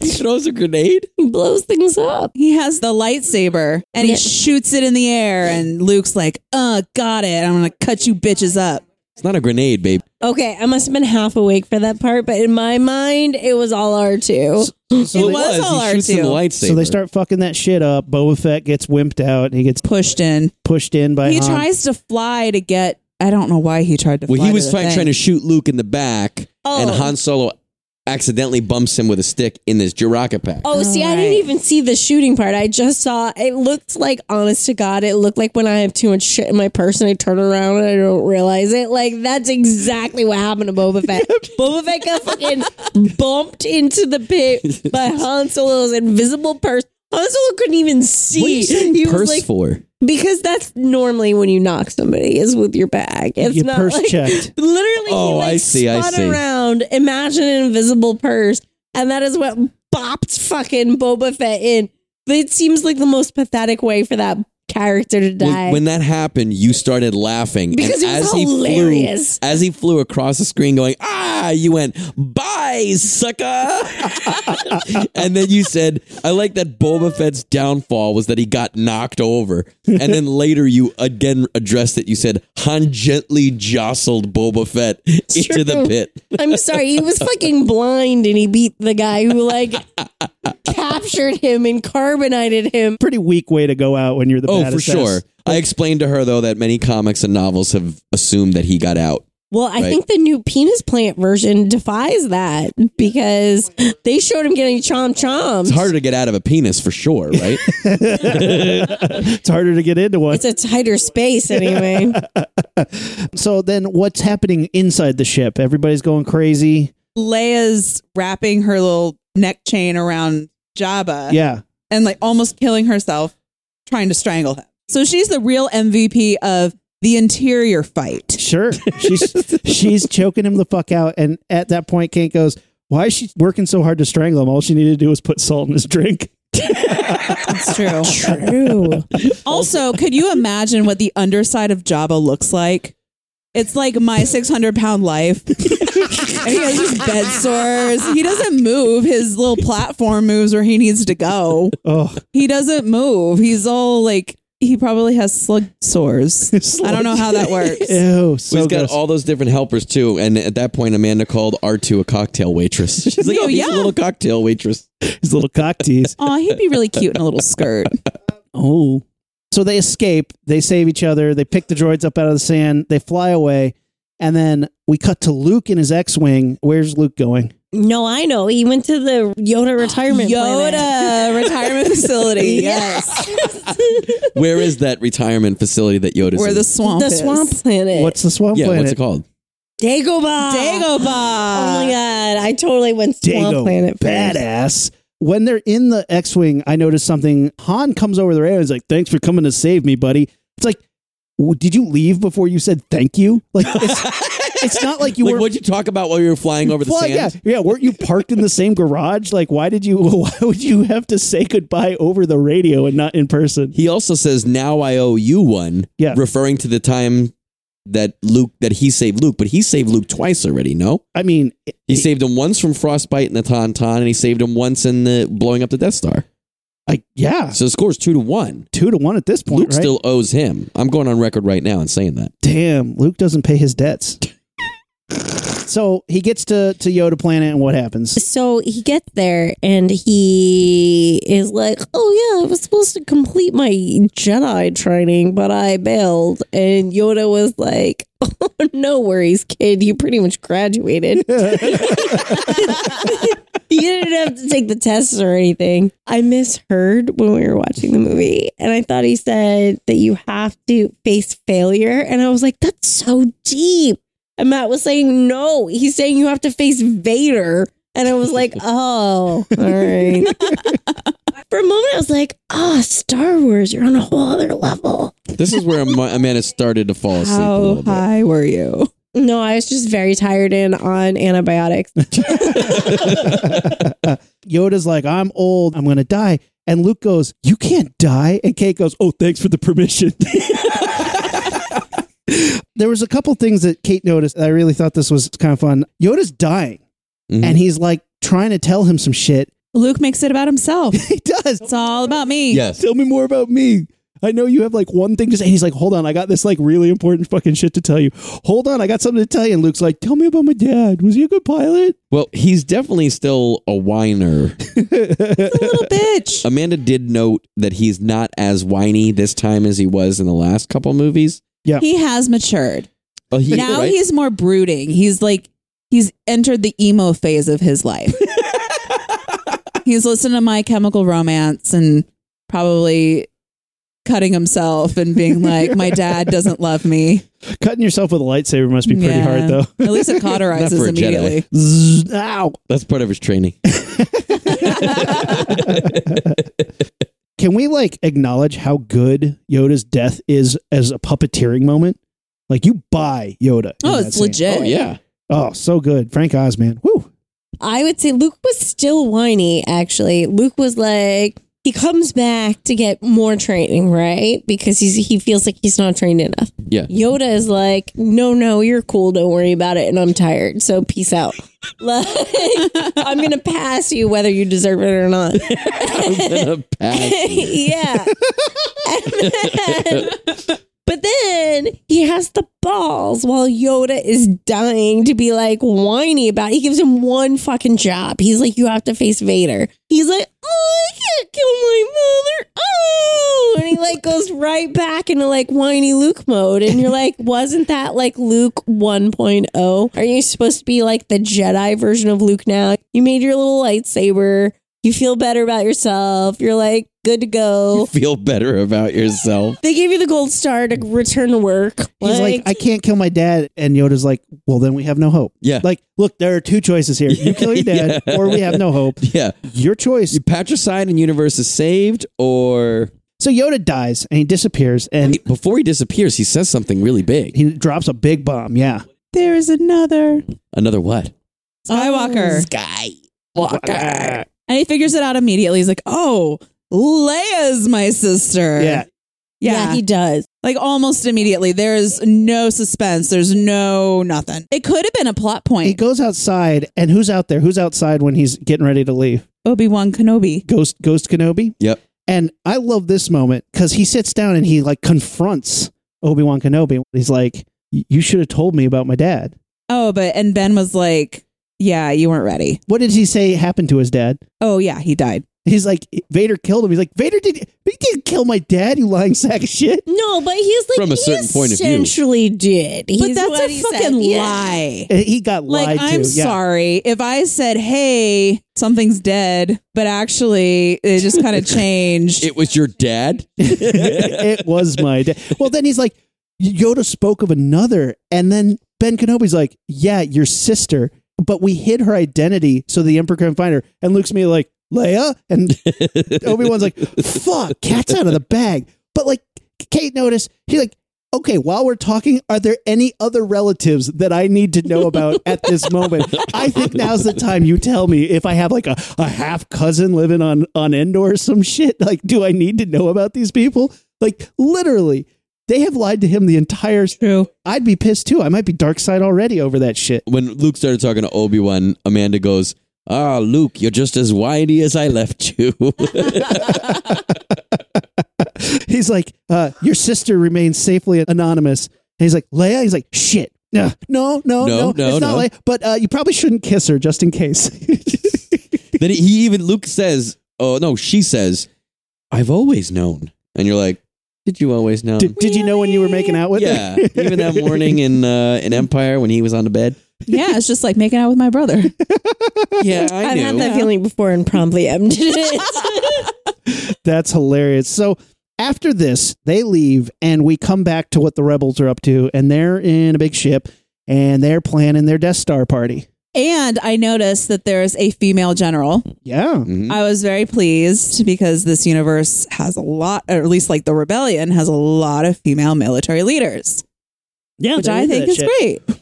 C: He throws a grenade.
E: He blows things up.
D: He has the lightsaber and he
E: Yeah.
D: shoots it in the air and Luke's like, uh, got it. I'm gonna cut you bitches up.
C: It's not a grenade, babe.
E: Okay, I must have been half awake for that part, but in my mind, it was all R2.
D: It
A: so they,
D: was all
C: He shoots
D: R2.
C: him the lightsaber.
A: so they start fucking that shit up. Boba Fett gets wimped out, and he gets
D: Pushed in.
A: pushed in by.
D: He
A: Han.
D: tries to fly to get I don't know why he tried to fly.
C: Uh-huh. Well, he
D: to
C: was
D: the
C: trying
D: thing.
C: trying to shoot Luke in the back, and
E: Oh.
C: Han Solo accidentally bumps him with a stick in this Jiraka pack.
E: Oh, see, I didn't
D: right.
E: even see the shooting part. I just saw it looked like, honest to God, it looked like when I have too much shit in my purse and I turn around and I don't realize it. Like, that's exactly what happened to Boba Fett. Boba Fett got fucking bumped into the pit by Han Solo's invisible purse. Han Solo couldn't even see.
C: what are you saying
E: He was
C: purse
E: like-
C: for?
E: because that's normally when you knock somebody is with your bag. It's
A: get
E: not
A: purse
E: like,
A: checked.
E: Literally,
C: Oh,
E: he, like,
C: I see, I
E: spun
C: see.
E: around. Imagine an invisible purse, and that is what bopped fucking Boba Fett in. It seems like the most pathetic way for that character to
C: When-
E: die.
C: When that happened, you started laughing.
E: Because it
C: and
E: was
C: as he
E: hilarious.
C: flew as he flew across the screen going, "Ah!" you went, "Bye, sucker." and then you said, "I like that Boba Fett's downfall was that he got knocked over." And then later you again addressed it. You said, "Han gently jostled Boba Fett into the
E: true.
C: pit."
E: I'm sorry, he was fucking blind and he beat the guy who like captured him and carbonated him.
A: Pretty weak way to go out when you're the
C: Oh,
A: baddest
C: for
A: ass.
C: sure. I explained to her though that many comics and novels have assumed that he got out.
E: Well, I
C: Right.
E: think the new penis plant version defies that because they showed him getting chom choms.
C: It's harder to get out of a penis for sure, right?
A: It's harder to get into one.
E: It's a tighter space anyway.
A: so then what's happening inside the ship? Everybody's going crazy.
D: Leia's wrapping her little neck chain around Jabba
A: Yeah.
D: and like almost killing herself trying to strangle him. So she's the real MVP of the interior fight.
A: Sure. She's she's choking him the fuck out. And at that point, Kate goes, Why is she working so hard to strangle him? All she needed to do was put salt in his drink.
D: That's true.
E: True.
D: also, could you imagine what the underside of Jabba looks like? It's like my 600 pound life. and he has his bed sores. He doesn't move. His little platform moves where he needs to go.
A: Oh,
D: He doesn't move. He's all like, he probably has slug sores. I don't know how that works.
A: ew. So
C: We've got
A: gross.
C: all those different helpers too, and at that point, Amanda called R two a cocktail waitress. She's like,
D: Oh,
C: "Oh, he's
D: yeah.
C: a little cocktail waitress."
A: his little cock tease.
D: Oh, he'd be really cute in a little skirt.
A: Oh. So they escape, they save each other, they pick the droids up out of the sand, they fly away, and then we cut to Luke in his X Wing. Where's Luke going?
E: No, I know. He went to the Yoda retirement. planet.
D: Yoda retirement facility. Yes.
C: Where is that retirement facility that Yoda's
D: Where
C: in?
D: the swamp
E: the
D: is.
E: swamp planet.
A: What's the swamp
C: Eh. yeah,
A: planet?
C: what's it called?
E: Dagobah?
D: Dagobah.
E: Oh my god! I totally went swamp
A: Dago,
E: planet. first.
A: badass. When they're in the X Wing, I noticed something. Han comes over the rail and is like, Thanks for coming to save me, buddy. It's like, w- Did you leave before you said thank you? Like, it's, it's not like you
C: like,
A: were.
C: what'd you talk about while you were flying over the
A: Well,
C: sand?
A: yeah, yeah. Weren't you parked in the same garage? Like, why did you? Why would you have to say goodbye over the radio and not in person?
C: He also says, "Now I owe you one,"
A: Yeah.
C: referring to the time that Luke that he saved Luke, but he saved Luke twice already. No,
A: I mean,
C: he saved him once from frostbite in the Tauntaun, and he saved him once in the blowing up the Death Star.
A: I yeah,
C: So the score's two to one.
A: two to one at this Ah. point,
C: Luke
A: right?
C: still owes him. I'm going on record right now and saying that.
A: Damn, Luke doesn't pay his debts. so he gets to to Yoda planet, and what happens?
E: So he gets there and he is like, "Oh yeah, I was supposed to complete my Jedi training, but I bailed." And Yoda was like, "Oh, no worries, kid. You pretty much graduated. you didn't have to take the tests or anything." I misheard when we were watching the movie, and I thought he said that you have to face failure, and I was like, "That's so deep." And Matt was saying, no, he's saying you have to face Vader. And I was like, oh, all right. For a moment, I was like, oh, Star Wars, you're on a whole other level.
C: This is where Am- Amanda started to fall asleep a
D: How
C: little bit.
D: high were you?
E: No, I was just very tired and on antibiotics.
A: Yoda's like, "I'm old. I'm gonna die." And Luke goes, "You can't die." And Kate goes, "Oh, thanks for the permission." there was a couple things that Kate noticed. I really thought this was kind of fun. Yoda's dying,
C: Mhm.
A: and he's like trying to tell him some shit.
D: Luke makes it about himself.
A: He does.
D: It's all about me.
C: Yes.
A: Tell me more about me. I know you have like one thing to say. And he's like, hold on, I got this like really important fucking shit to tell you. Hold on, I got something to tell you. And Luke's like, tell me about my dad. Was he a good pilot?
C: Well, he's definitely still a whiner.
D: Little bitch.
C: Amanda did note that he's not as whiny this time as he was in the last couple movies.
D: He has matured.
C: Oh, he,
D: now
C: right?
D: he's more brooding. He's like he's entered the emo phase of his life. he's listened to My Chemical Romance and probably cutting himself and being like, "My dad doesn't love me."
A: Cutting yourself with a lightsaber must be pretty
D: Yeah.
A: hard though.
D: At least it
C: Not for a Jedi.
D: cauterizes immediately.
A: Zzz, Ow.
C: that's part of his training.
A: Can we like acknowledge how good Yoda's death is as a puppeteering moment? Like you buy Yoda. in
D: Oh,
A: that
D: it's
A: scene.
D: legit.
C: oh yeah.
A: Oh, so good. Frank Oz, man. Woo.
E: I would say Luke was still whiny, actually. Luke was like, he comes back to get more training, right? Because he's he feels like he's not trained enough.
C: Yeah.
E: Yoda is like, no, no, you're cool. Don't worry about it. And I'm tired. So peace out. Like, I'm going to pass you whether you deserve it or not.
C: Gonna pass.
E: yeah. And then- but then he has the balls while Yoda is dying to be like whiny about it. He gives him one fucking job. He's like, you have to face Vader. He's like, oh, I can't kill my mother. Oh. And he like goes right back into like whiny Luke mode. And you're like, wasn't that like Luke 1.0? Are you supposed to be like the Jedi version of Luke now? You made your little lightsaber. You feel better about yourself. You're like, good to go.
C: Feel better about yourself.
E: They gave you the gold star to return to work.
A: He's like, I can't kill my dad. And Yoda's like, well, then we have no hope.
C: Yeah.
A: Like, look, there are two choices here. You kill your dad
C: Yeah.
A: or we have no hope.
C: Yeah.
A: Your choice.
C: Patricide and universe is saved, or
A: So Yoda dies and he disappears and
C: before he disappears, he says something really big.
A: he drops a big bomb. Yeah.
D: There is another
C: Another what?
D: Skywalker.
C: Sky. Walker.
D: And he figures it out immediately. He's like, oh, Leia's my sister.
A: Yeah.
D: Yeah.
E: he does.
D: like almost immediately. There's no suspense. There's no nothing. It could have been a plot
A: He
D: point.
A: goes outside and who's out there? Who's outside when he's getting ready to leave?
D: Obi-Wan Kenobi.
A: Ghost Ghost Kenobi.
C: Yep.
A: And I love this moment because he sits down and he like confronts Obi Wan Kenobi. He's like, "Y- "You should have told me about my dad."
D: Oh, but and Ben was like, yeah, you weren't ready.
A: What did he say happened to his dad?
D: Oh, yeah, he died.
A: He's like, "Vader killed him." He's like, "Vader did he didn't kill my dad? You lying sack of shit."
E: No, but he's like
C: From a
E: he
C: certain point of view.
E: Essentially, did.
D: But
E: He's
D: that's
E: what
D: a
E: he
D: fucking
E: said. Yeah.
D: lie.
A: And he got
D: Like,
A: lied to.
D: I'm
A: Yeah.
D: sorry. If I said, hey, something's dead, but actually it just kind of changed.
C: It was your dad.
A: it was my dad. Well, then he's like, Yoda spoke of another, and then Ben Kenobi's like, yeah, your sister, but we hid her identity so the Emperor couldn't find her. And Luke's me like, Leia, and Obi Wan's like, fuck, cat's out of the bag. But like, Kate noticed she's like. Okay, while we're talking, are there any other relatives that I need to know about at this moment? I think now's the time you tell me if I have like a, a half cousin living on, on Endor or some shit. Like, do I need to know about these people? Like, literally, they have lied to him the entire.
D: True.
A: I'd be pissed too. I might be dark side already over that shit.
C: when Luke started talking to Obi Wan, Amanda goes, "Ah, Luke, you're just as whiny as I left you."
A: He's like, uh, your sister remains safely anonymous. And he's like, Leia. He's like, shit. No, no, no, no,
C: No, no,
A: it's not
C: no.
A: Leia. But uh, you probably shouldn't kiss her just in case.
C: then he even Luke says, "Oh no," she says, "I've always known," and you're like, "Did you always know?"
A: did, did you know when you were making out with
C: Um, yeah,
A: her?
C: even that morning in uh, in Empire when he was on the bed.
D: Yeah, it's just like making out with my brother.
C: Yeah,
E: I've had that feeling before and promptly emptied it.
A: That's hilarious. So after this, they leave and we come back to what the rebels are up to, and they're in a big ship and they're planning their Death Star party.
D: and I noticed that there's a female general.
A: Yeah.
C: Mhm.
D: I was very pleased because this universe has a lot, or at least like the rebellion has a lot of female military leaders,
A: Yeah.
D: which I think is great.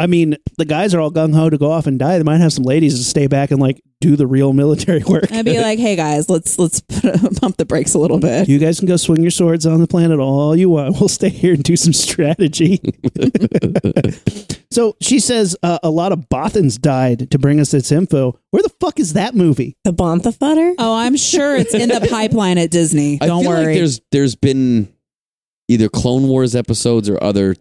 A: I mean, the guys are all gung ho to go off and die. They might have some ladies to stay back and like do the real military work.
D: I'd be like, hey guys, let's let's put, pump the brakes a little bit.
A: You guys can go swing your swords on the planet all you want. We'll stay here and do some strategy. so she says uh, a lot of Bothans died to bring us this info. Where the fuck is that movie?
E: the Bontha Futter?
D: Oh, I'm sure it's in the pipeline at Disney.
C: I
D: Don't
C: feel like
D: worry.
C: there's there's been either Clone Wars episodes or other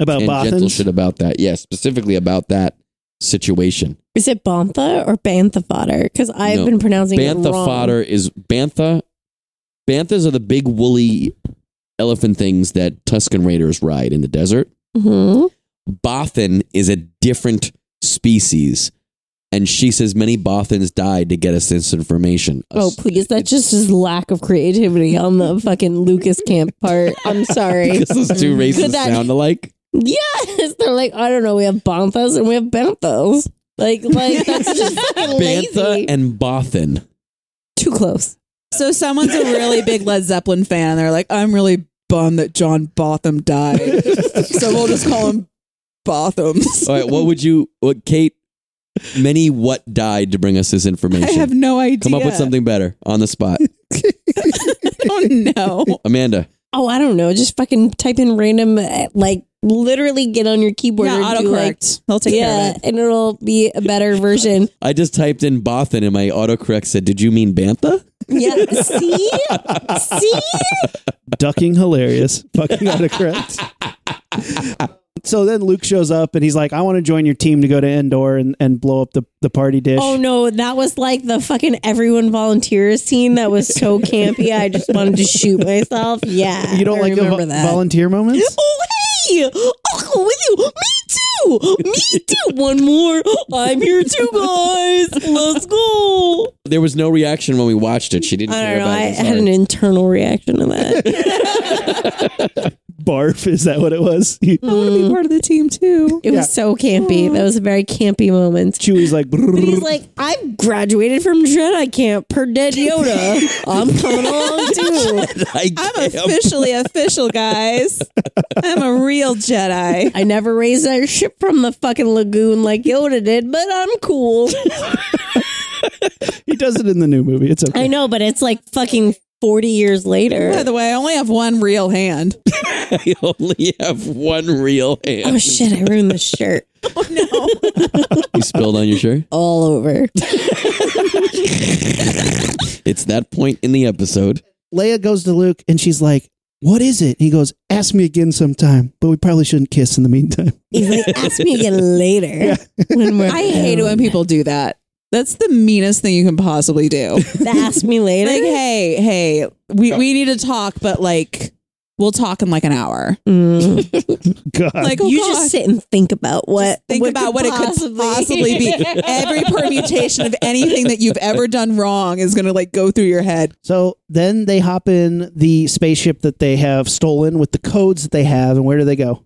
A: About
C: tangential
A: Bothans?
C: shit about that. Yeah, specifically about that situation.
E: Is it Bontha or Bantha Fodder? Because I've
C: No.
E: been pronouncing it
C: Bantha
E: wrong.
C: fodder is bantha. Banthas are the big woolly elephant things that Tuscan Raiders ride in the desert.
E: Mhm.
C: Bothan is a different species, and she says many Bothans died to get us this information.
E: Oh, please. That just is lack of creativity on the fucking Lucas camp part. I'm sorry.
C: Because those two races
E: Could that-
C: sound alike.
E: Yes, they're like I don't know. We have banthas and we have banthos. Like like that's just fucking
C: Bantha
E: lazy.
C: and Bothan.
E: Too close.
D: so someone's a really big Led Zeppelin fan. And they're like, I'm really bummed that John Botham died. so we'll just call him Bothams.
C: All right, what would you, what Kate? Many what died to bring us this information?
D: I have no idea.
C: Come up with something better on the spot.
D: Oh no.
C: Amanda,
E: Oh, I don't know. Just fucking type in random, uh, like literally get on your keyboard
D: Yeah,
E: and do like,
D: autocorrect. They'll take care
E: yeah,
D: of it.
E: and it'll be a better version.
C: I just typed in Bothan and my autocorrect said, Did you mean Bantha?
E: Yeah, see, see.
A: ducking hilarious. Fucking autocorrect. so then Luke shows up and he's like, I want to join your team to go to Endor and, and blow up the, the party dish.
E: Oh no, that was like the fucking everyone volunteers scene that was so campy. I just wanted to shoot myself. Yeah,
A: you don't
E: I
A: like the
E: remember
A: vo-
E: that.
A: volunteer moments?
E: oh hey, I'll go with you. Me too. Me too. One more. I'm here too, guys. Let's go.
C: There was no reaction when we watched it. She didn't
E: I
C: care
E: don't know.
C: about
E: I
C: it.
E: had an
C: Sorry.
E: internal reaction to that.
A: Barf, is that what it was?
D: I want to be part of the team too.
E: It
A: Yeah.
E: was so campy. That was a very campy moment. Mm.
A: Chewie's like,
E: But he's
A: "Brrr."
E: like, I've graduated from Jedi camp per Dead Yoda. I'm coming along too.
C: I
D: I'm officially official, guys. I'm a real Jedi.
E: I never raised that ship from the fucking lagoon like Yoda did, but I'm cool.
A: he does it in the new movie. It's okay.
E: I know, but it's like fucking 40 years
D: By
E: later.
D: the way, I only have one real hand.
C: I only have one real hand.
E: Oh shit, I ruined the shirt
C: You spilled on your shirt?
E: all over.
C: It's that point in the episode.
A: Leia goes to Luke and she's like, What is it? He goes, Ask me again sometime, but we probably shouldn't kiss in the meantime.
E: He's like, ask me again later. When we're
D: I hate it when people do that. That's the meanest thing you can possibly do.
E: The ask me later.
D: like, hey, hey, we, we need to talk, but like, we'll talk in like an hour.
E: Mm.
A: God.
D: Like, oh,
E: you
D: God.
E: just sit and think about what
D: think about what it could possibly be. Every permutation of anything that you've ever done wrong is going to like go through your head.
A: so then they hop in the spaceship that they have stolen with the codes that they have. And where do they go?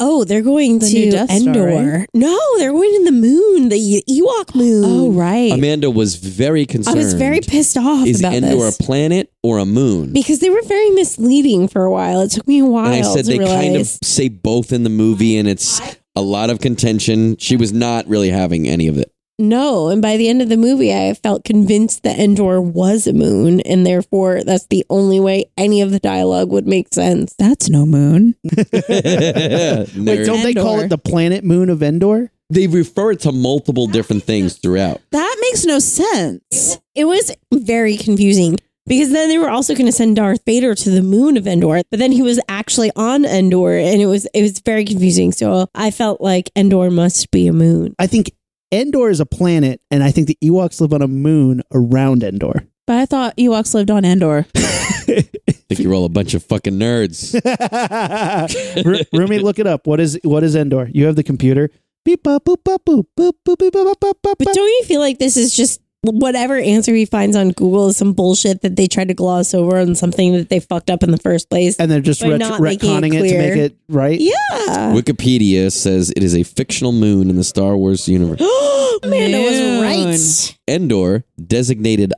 E: Oh, they're going
D: The new
E: to
D: Death Star,
E: Endor.
D: right?
E: No, they're going to the moon, the E, Ewok moon.
D: Oh, right.
C: Amanda was very
E: I
C: Oh, concerned.
E: was very pissed off
C: Is
E: about
C: Endor
E: this
C: a planet or a moon?
E: because they were very misleading for a while. It took me a while
C: and I said
E: to
C: they
E: realize.
C: kind of say both in the movie, and it's a lot of contention. She was not really having any of it.
E: No, and by the end of the movie, I felt convinced that Endor was a moon, and therefore that's the only way any of the dialogue would make sense.
D: That's no moon.
A: Wait,
C: Nerd.
A: don't they call
D: Endor.
A: it the planet moon of Endor?
C: they refer to multiple different things throughout.
D: That makes no sense.
E: It was very confusing because then they were also going to send Darth Vader to the moon of Endor, but then he was actually on Endor, and it was it was very confusing. So I felt like Endor must be a moon,
A: I think Endor is a planet, and I think the Ewoks live on a moon around Endor.
D: But I thought Ewoks lived on Endor.
C: think you're all a bunch of fucking nerds.
A: R- roommate, look it up. What is what is Endor? You have the computer. Beep bop boop bop boop boop boop beep bop bop bop
E: but
A: bop.
E: don't you feel like this is just whatever answer he finds on Google is some bullshit that they tried to gloss over on something that they fucked up in the first place?
A: And they're just
E: By
A: ret-
E: not making it
A: retconning it, to
E: clear.
A: make it right.
E: Yeah,
C: Wikipedia says it is a fictional moon in the Star Wars universe.
E: Amanda
D: Moon.
E: was right.
C: Endor, designated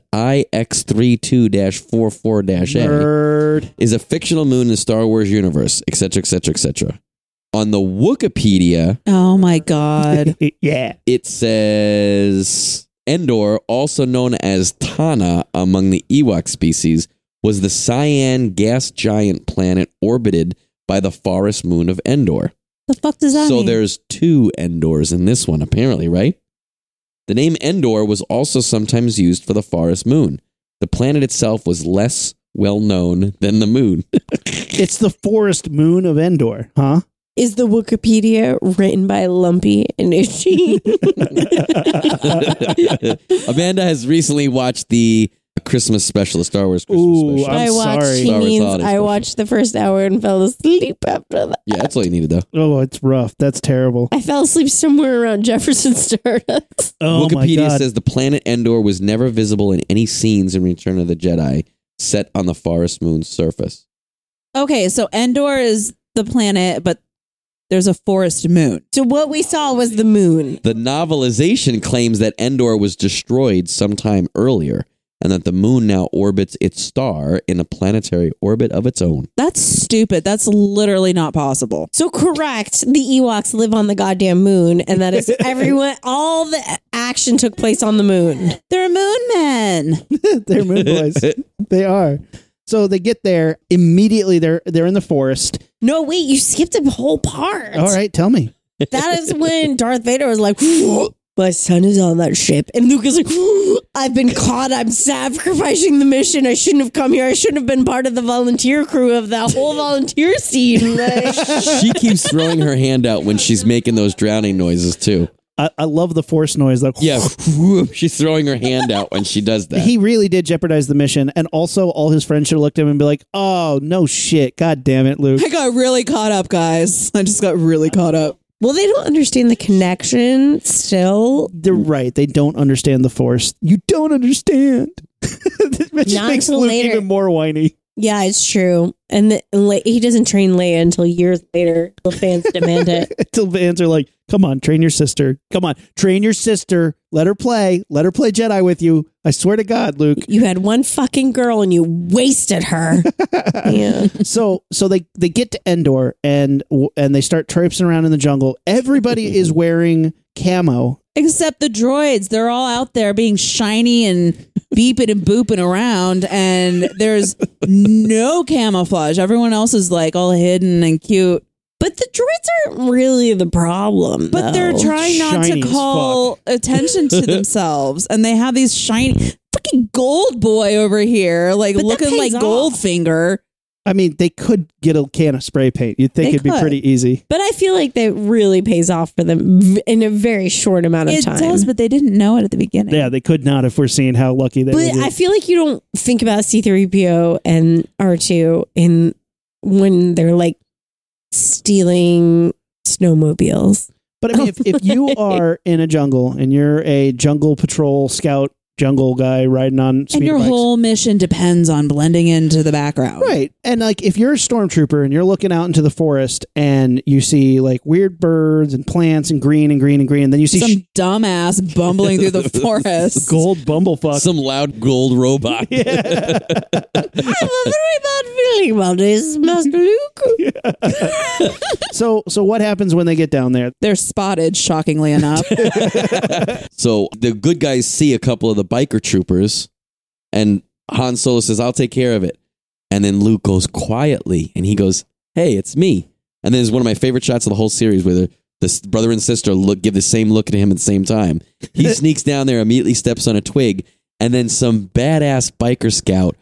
C: IX32-44-A,
A: Nerd.
C: is a fictional moon in the Star Wars universe, etc., etc., etc. On the Wikipedia,
D: Oh my God.
A: yeah.
C: it says Endor, also known as Tana among the Ewok species, was the cyan gas giant planet orbited by the forest moon of Endor.
E: The fuck does that
C: so
E: mean?
C: there's two Endors in this one, apparently, right? The name Endor was also sometimes used for the forest moon. The planet itself was less well known than the moon.
A: It's the forest moon of Endor, huh?
E: Is the Wikipedia written by Lumpy and Itchy?
C: Amanda has recently watched the Christmas special, the Star Wars Christmas
A: Ooh,
C: special.
A: I'm
E: I watched
A: sorry.
C: Star Wars
E: Teens.
C: Holiday
E: I
C: Special.
E: watched the first hour and fell asleep after that.
C: yeah, that's all you needed, though.
A: Oh, it's rough. That's terrible.
E: I fell asleep somewhere around Jefferson Stardust.
A: Oh my
C: Wikipedia
A: god.
C: says the planet Endor was never visible in any scenes in Return of the Jedi set on the forest moon's surface.
D: okay, so Endor is the planet, but there's a forest moon.
E: So what we saw was the moon.
C: The novelization claims that Endor was destroyed sometime earlier and that the moon now orbits its star in a planetary orbit of its own.
D: That's stupid. That's literally not possible.
E: So correct, the Ewoks live on the goddamn moon, and that is everyone. All the action took place on the moon.
D: They're moon men.
A: They're moon boys. they are. So they get there immediately. They're they're in the forest.
E: No, wait, you skipped a whole part.
A: All right, tell me.
E: that is when Darth Vader was like, "My son is on that ship," and Luke is like, "I've been caught. I'm sacrificing the mission. I shouldn't have come here. I shouldn't have been part of the volunteer crew of that whole volunteer scene."
C: She keeps throwing her hand out when she's making those drowning noises too.
A: I, I love the forest noise. Like
C: Yeah, she's throwing her hand out when she does that.
A: He really did jeopardize the mission, and also all his friends should have looked at him and be like, "Oh no, shit! God damn it, Luke!"
D: I got really caught up, guys. I just got really caught up.
E: well, they don't understand the connection still.
A: They're right. They don't understand the force. You don't understand. Which
E: Not
A: makes
E: until
A: Luke
E: later.
A: even more whiny.
E: Yeah, it's true. And, the, and Le- he doesn't train Leia until years later. The fans demand it.
A: Until fans are like, "Come on, train your sister. Come on, train your sister. Let her play. Let her play Jedi with you. I swear to God, Luke."
E: You had one fucking girl and you wasted her. yeah.
A: so so they they get to Endor and and they start traipsing around in the jungle. Everybody is wearing camo.
D: Except the droids. They're all out there being shiny and beeping and booping around, and there's no camouflage. Everyone else is like all hidden and cute.
E: But the droids aren't really the problem.
D: But they're
E: though.
D: trying not
A: shiny
D: to
A: as
D: call attention to themselves, and they have these shiny fucking gold boy over here, like
E: But that
D: looking
E: pays
D: like
E: off.
D: Goldfinger.
A: I mean, they could get a can of spray paint. You'd think
D: They
A: it'd be
D: could.
A: pretty easy.
E: But I feel like that really pays off for them v- in a very short amount of
D: It
E: time.
D: does, but they didn't know it at the beginning.
A: Yeah, they could not if we're seeing how lucky they
E: But
A: were.
E: I feel like you don't think about C3PO and R2 in when they're like stealing snowmobiles.
A: but I mean, if, if you are in a jungle and you're a jungle patrol scout, jungle guy riding on speed
D: and your
A: bikes,
D: whole mission depends on blending into the background.
A: Right. And like if you're a stormtrooper and you're looking out into the forest and you see like weird birds and plants and green and green and green, and then you see
D: Some dumbass bumbling through the
A: sh-
D: forest.
A: gold bumblefuck
C: Some loud gold robot.
E: I have a very bad feeling about this, Master Luke.
A: So so what happens when they get down there?
D: They're spotted, shockingly enough.
C: So the good guys see a couple of the biker troopers, and Han Solo says, I'll take care of it. And then Luke goes quietly and he goes, Hey, it's me. And then it's one of my favorite shots of the whole series where the this brother and sister look give the same look at him at the same time. He sneaks down there, immediately steps on a twig, and then some badass biker scout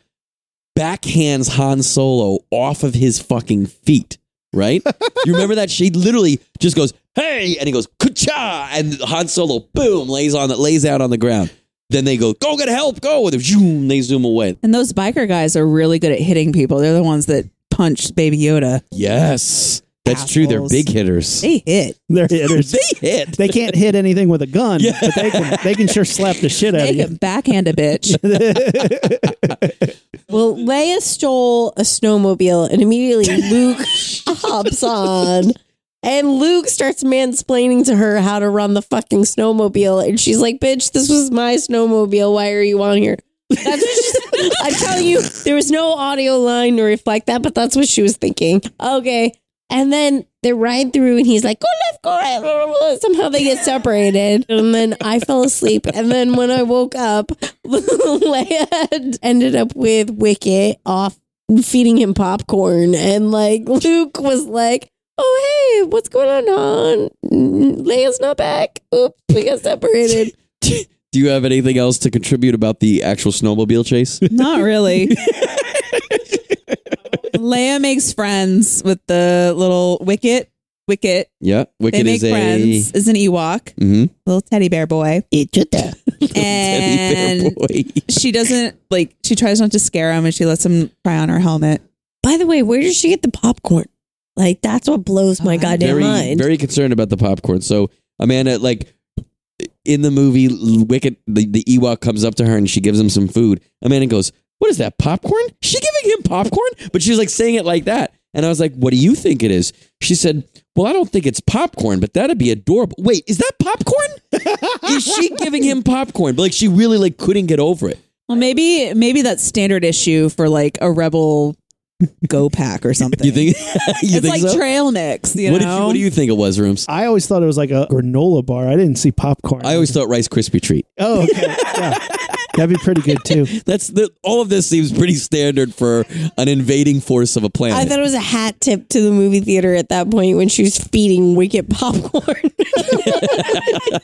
C: backhands Han Solo off of his fucking feet. Right? you remember that? She literally just goes, "Hey!" and he goes, "Kucha!" and Han Solo, boom, lays on lays out on the ground. Then they go, "Go get help! Go!" and zoom, they zoom away.
D: and those biker guys are really good at hitting people. They're the ones that punched Baby Yoda.
C: Yes, that's true. They're
D: Assholes.
C: big hitters.
D: They hit.
A: They're hitters.
C: They hit.
A: they can't hit anything with a gun, but they can they can sure slap the shit out
D: They
A: of you.
D: can backhand a bitch.
E: Well, Leia stole a snowmobile and immediately Luke hops on. And Luke starts mansplaining to her how to run the fucking snowmobile. And she's like, bitch, this was my snowmobile. Why are you on here? That's what she's, I'm telling you, there was no audio line to reflect that, but that's what she was thinking. Okay. And then they ride through, and he's like, go left, go right. blah, blah, blah. Somehow they get separated. And then I fell asleep. And then when I woke up, Leia had ended up with Wicket off feeding him popcorn. And like Luke was like, oh, hey, what's going on, hon? Mm, Leia's not back. Oops, we got separated.
C: Do you have anything else to contribute about the actual snowmobile chase?
D: Not really. Leia makes friends with the little Wicket. Wicket.
C: yeah,
D: They
C: Wicket
D: make
C: is
D: friends.
C: a
D: Is an Ewok,
C: Mhm.
D: little teddy bear boy,
C: teddy bear
D: and
C: boy.
D: she doesn't like. She tries not to scare him, and she lets him try on her helmet.
E: By the way, where did she get the popcorn? Like, that's what blows my
D: Oh,
E: goddamn
C: Uh, very
E: mind.
C: very concerned about the popcorn. So Amanda, like in the movie, Wicked the, the Ewok comes up to her and she gives him some food. Amanda goes, "What is that popcorn?" She giving him popcorn, but she's like saying it like that. And I was like, "What do you think it is?" She said, "Well, I don't think it's popcorn, but that'd be adorable." Wait, is that popcorn? is she giving him popcorn? But like she really like couldn't get over it.
D: Well, maybe maybe that's standard issue for like a rebel go pack or something.
C: You think? you
D: it's
C: think
D: like
C: so?
D: trail mix. You
C: what did
D: know?
C: you What do you think it was, Rooms?
A: I always thought it was like a granola bar. I didn't see popcorn.
C: I always thought Rice Krispie treat.
A: Oh, okay. Yeah. That'd be pretty good too.
C: That's the, all of this seems pretty standard for an invading force of a planet.
E: I thought it was a hat tip to the movie theater at that point when she was feeding Wicket popcorn.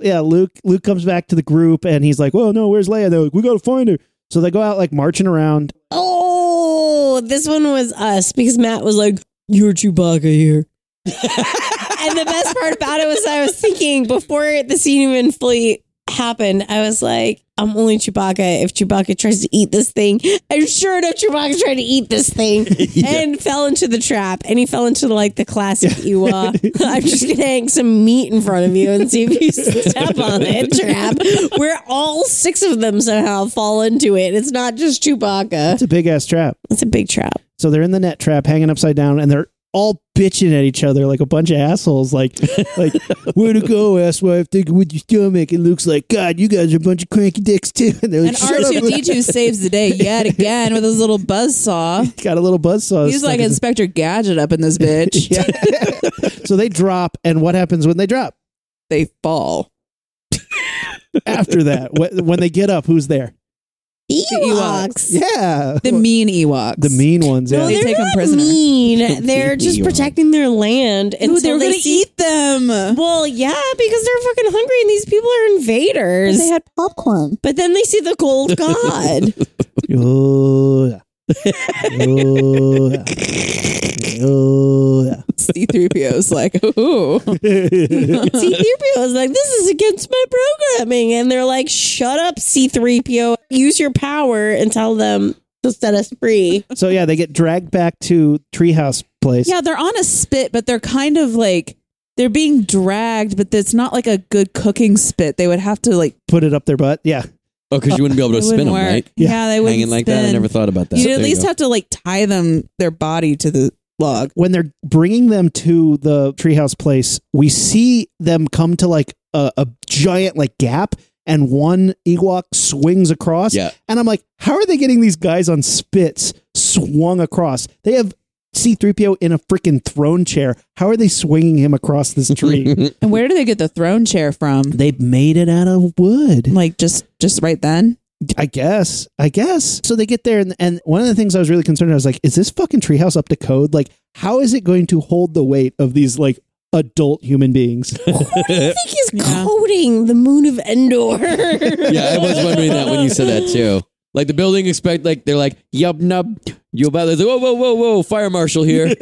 A: Yeah, Luke Luke comes back to the group and he's like, "Well, no, where's Leia?" They're like, "We gotta find her." So they go out like marching around.
E: oh, this one was us because Matt was like, "You're Chewbacca here." and the best part about it was I was thinking before the scene even fully happened, I was like, "I'm only Chewbacca if Chewbacca tries to eat this thing." And sure enough, Chewbacca tried to eat this thing and fell into the trap. And he fell into like the classic Ewok. I'm just gonna hang some meat in front of you and see if you step on that trap. Where all six of them somehow fall into it. It's not just Chewbacca.
A: It's a big ass trap.
E: It's a big trap.
A: So they're in the net trap, hanging upside down, and they're all bitching at each other like a bunch of assholes. Like, like, way to go, asswife. Think with your stomach. It looks like God. You guys are a bunch of cranky dicks too. And they're like,
D: And
A: Shut
D: R
A: up,
D: two
A: Luke."
D: D two saves the day yet again with his little buzz saw.
A: got a little buzzsaw.
D: He's
A: stuck
D: like
A: in his-
D: Inspector Gadget up in this bitch.
A: Yeah. so they drop, and what happens when they drop?
D: They fall.
A: After that, wh- when they get up, who's there?
E: Ewoks.
A: Yeah,
D: The mean Ewoks.
A: the mean ones. Yeah.
E: No,
D: They
E: they're
D: take 'em
E: not
D: prisoner.
E: mean. They're just
C: Ewoks.
E: protecting their land.
D: Ooh,
E: until
D: they were
E: they
D: gonna
E: see-
D: eat them.
E: Well, yeah, because they're fucking hungry and these people are invaders. But,
D: had popcorn.
E: then they see the gold god.
A: Oh, yeah. Oh, yeah. Oh, yeah.
D: C three PO's like, ooh.
E: C3PO is like, this is against my programming. And they're like, shut up, C3PO. Use your power and tell them to set us free.
A: So yeah, they get dragged back to Treehouse Place.
D: Yeah, they're on a spit, but they're kind of like they're being dragged, but it's not like a good cooking spit. They would have to like
A: Put it up their butt. Yeah.
C: oh, because you wouldn't be able
D: it
C: to spin
D: wouldn't
C: them,
D: work.
C: right?
A: Yeah.
D: Yeah, they wouldn't
C: Hanging like that. I
D: spin.
C: never thought about that.
D: You'd
C: There
D: at
C: you
D: least
C: go.
D: have to like tie them their body to the log.
A: When they're bringing them to the Treehouse Place, we see them come to like a, a giant like gap, and one Ewok swings across.
C: Yeah.
A: And I'm like, how are they getting these guys on spits swung across? They have C3PO in a freaking throne chair. How are they swinging him across this tree?
D: And where do they get the throne chair from?
A: They've made it out of wood.
D: Like just just right then.
A: I guess. I guess. So they get there, and, and one of the things I was really concerned, I was like, is this fucking treehouse up to code? Like, how is it going to hold the weight of these, like, adult human beings?
C: Eh.
E: I think he's
D: Yeah.
E: coating the moon of Endor.
C: yeah, I was wondering that when you said that too. Like the building expect, like they're like yub nub, you about like, whoa whoa whoa whoa fire marshal here.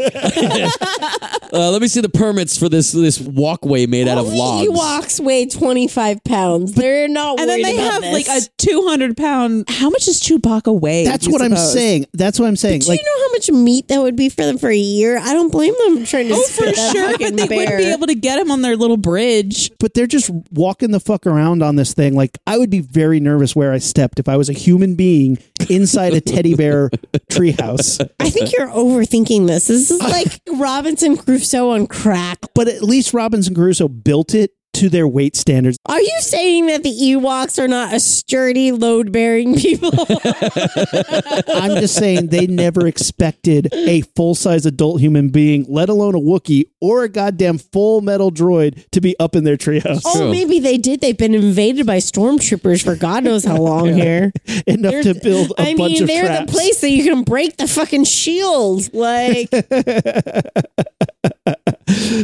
C: uh, let me see the permits for this this walkway made out of
E: Only
C: logs.
E: Ewoks weigh 25 pounds. They're not
D: And then
E: worried
D: they
E: about
D: have
E: this.
D: like a two hundred pound how much does Chewbacca weigh?
A: That's
D: do you
A: what I'm
D: suppose?
A: saying. That's what I'm saying.
E: Do
A: Like,
E: you know how much meat that would be for them for a year? I don't blame them for trying to
D: Oh, for
E: spit that
D: sure,
E: fucking
D: but they
E: bear.
D: wouldn't be able to get him on their little bridge.
A: but they're just walking the fuck around on this thing. Like, I would be very nervous where I stepped if I was a human being inside a teddy bear treehouse.
E: I think you're overthinking this. This is like Robinson Crusoe on crack.
A: But at least Robinson Crusoe built it to their weight standards.
E: Are you saying that the Ewoks are not a sturdy, load bearing people?
A: I'm just saying they never expected a full size adult human being, let alone a Wookiee or a goddamn full metal droid to be up in their treehouse.
E: oh,
C: True.
E: maybe they did. They've been invaded by stormtroopers for God knows how long here.
A: enough to build a
E: Oh, I
A: bunch
E: mean,
A: of
E: they're
A: traps.
E: the place that you can break the fucking shield. Like,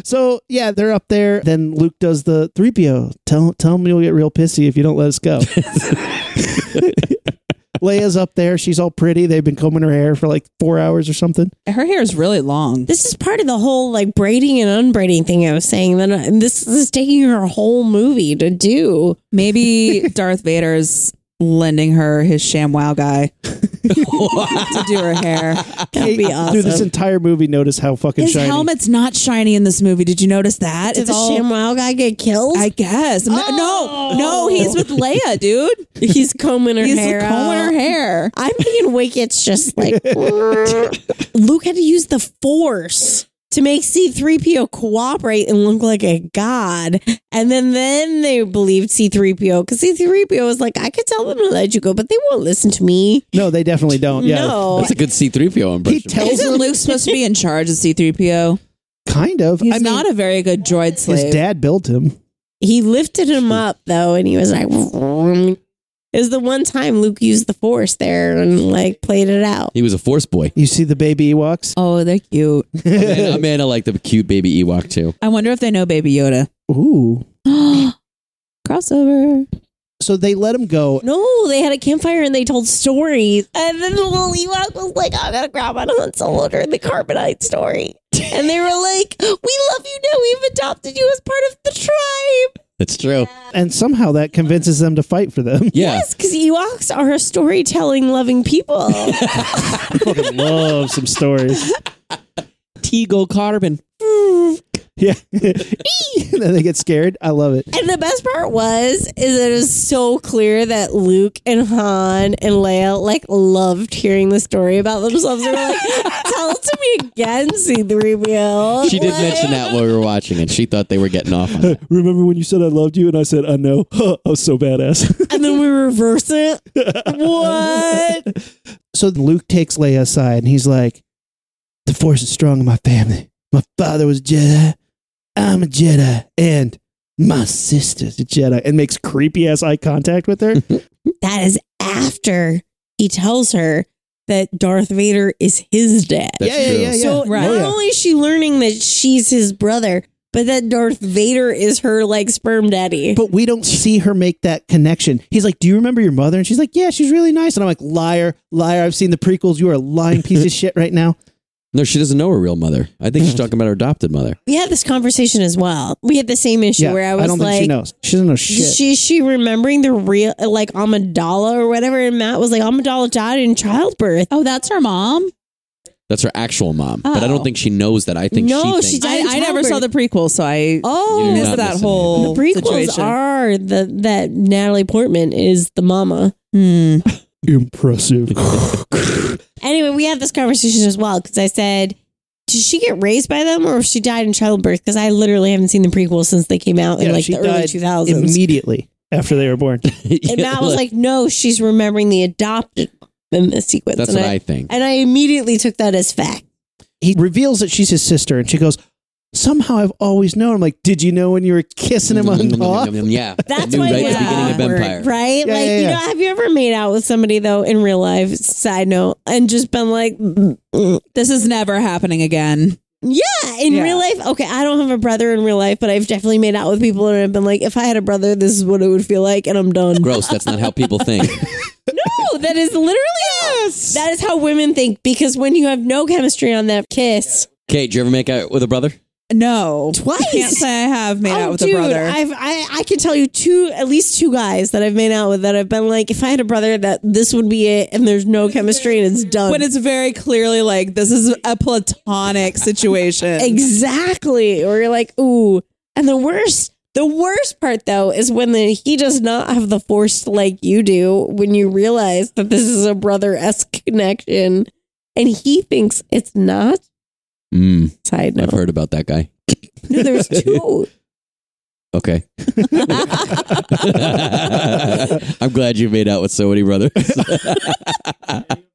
A: So yeah, they're up there. Then Luke does the 3PO. Tell tell him you'll get real pissy if you don't let us go. Leia's up there. She's all pretty. They've been combing her hair for like four hours or something.
D: Her hair is really long.
E: this is part of the whole like braiding and unbraiding thing I was saying. That uh, and this is taking her whole movie to do.
D: Maybe Darth Vader's lending her his ShamWow guy to do her hair.
E: That'd be
A: Through this
E: awesome.
A: entire movie, notice how fucking
D: His
A: shiny.
D: helmet's not shiny in this movie. Did you notice that?
E: Did the ShamWow guy get killed?
D: I guess.
E: Oh.
D: No, no, he's with Leia, dude.
E: He's combing her
D: He's
E: hair.
D: combing
E: out.
D: her hair.
E: I'm thinking Wicket's just like Luke had to use the force to make C3PO cooperate and look like a god. And then then they believed C3PO because C3PO was like, I could tell them to let you go, but they won't listen to me.
A: No, they definitely don't. Yeah.
E: No.
C: That's a good C3PO
A: He
C: impression.
A: tells
D: Isn't
A: him
D: Luke supposed to be in charge of C3PO?
A: kind of.
D: He's
A: I mean,
D: not a very good droid
A: his
D: slave.
A: dad built him.
E: He lifted him up though, and he was like, "Vroom." it was the one time Luke used the force there and like played it out.
C: he was a force boy.
A: You see the baby Ewoks?
D: oh, they're cute.
C: Amanda, Amanda liked the cute baby Ewok too.
D: I wonder if they know Baby Yoda.
A: Ooh.
D: Crossover.
A: So they let him go.
E: No, they had a campfire and they told stories. And then the little Ewok was like, I'm going to grab on Han Solo during the Carbonite story. And they were like, We love you now. We've adopted you as part of the tribe.
C: That's true.
A: And somehow that convinces them to fight for them.
C: Yeah.
E: Yes, because Ewoks are a storytelling loving people.
A: Fucking love some stories.
C: Teagle Carbon.
A: Yeah. and then they get scared. I love it.
E: and the best part was, is it was so clear that Luke and Han and Leia like loved hearing the story about themselves. They were like, Tell it to me again, C3PO.
C: She did
E: Like-
C: mention that while we were watching it. She thought they were getting off on it.
A: Remember when you said I loved you and I said I know? I was so badass.
E: And then we reverse it. What?
A: so Luke takes Leia aside and he's like, The force is strong in my family. My father was a Jedi. I'm a Jedi. And my sister's a Jedi. And makes creepy ass eye contact with her.
E: That is after he tells her that Darth Vader is his dad.
C: That's
A: yeah,
C: true.
A: yeah, yeah.
E: So
D: Right.
E: not
A: Yeah.
E: only is she learning that she's his brother, but that Darth Vader is her like sperm daddy.
A: But we don't see her make that connection. He's like, Do you remember your mother? And she's like, Yeah, she's really nice. And I'm like, Liar, liar. I've seen the prequels. You are a lying piece of shit right now.
C: No, she doesn't know her real mother. I think she's talking about her adopted mother.
E: we had this conversation as well. We had the same issue
A: Yeah,
E: where I was
A: don't
E: like,
A: think she knows. She doesn't know
E: Is
A: shit.
E: she, is she remembering the real, like Amidala or whatever? And Matt was like, Amidala died in childbirth.
D: Oh, that's her mom?
C: That's her actual mom, but I
D: Oh.
C: don't think she knows that. I think
E: No,
C: she
E: she
C: thinks
E: died-
D: I,
E: Diane
D: I never
E: Talbert.
D: saw the prequel, so I
E: Oh,
C: You're
D: missed
C: not
D: that
C: listening.
D: whole
E: the prequels
D: situation.
E: are the, that Natalie Portman is the mama.
D: Hmm.
A: Impressive.
E: Anyway, we had this conversation as well because I said, "Did she get raised by them, or if she died in childbirth?" Because I literally haven't seen the prequel since they came out in
A: Yeah,
E: like
A: she
E: the early
A: died
E: two thousands.
A: Immediately after they were born.
E: And Matt was
C: Look,
E: like, "No, she's remembering the adopted in this sequence."
C: that's
E: and
C: what I think.
E: and I immediately took that as fact.
A: He reveals that she's his sister and she goes, Somehow I've always known. I'm like, Did you know when you were kissing him on top?
C: Yeah.
E: That's
C: I knew
E: why
C: right
E: it
C: at
E: was
C: the beginning of
E: awkward,
C: Empire.
E: right?
A: Yeah,
E: like,
A: yeah,
E: you
A: yeah.
E: know, have you ever made out with somebody though in real life? Side note, and just been like, "Mm, mm."
D: This is never happening again.
E: yeah, in
D: Yeah.
E: real life. Okay, I don't have a brother in real life, but I've definitely made out with people, and I've been like, if I had a brother, this is what it would feel like, and I'm done.
C: Gross. That's not how people think.
E: No, that is literally that is how women think because when you have no chemistry on that kiss,
C: Kate, did you ever make out with a brother?
D: No.
E: Twice.
D: Can't say I have made out with a brother.
E: Oh, I've I, I can tell you two at least two guys that I've made out with that I've been like, if I had a brother, that this would be it, and there's no chemistry and it's done.
D: when it's very clearly like this is a platonic situation.
E: exactly, or you're like, ooh, and the worst. The worst part though is when the, he does not have the force like you do when you realize that this is a brother esque connection and he thinks it's not.
C: Mm,
E: Side note.
C: I've heard about that guy.
E: No, there's two.
C: Okay. I'm glad you made out with so many brothers.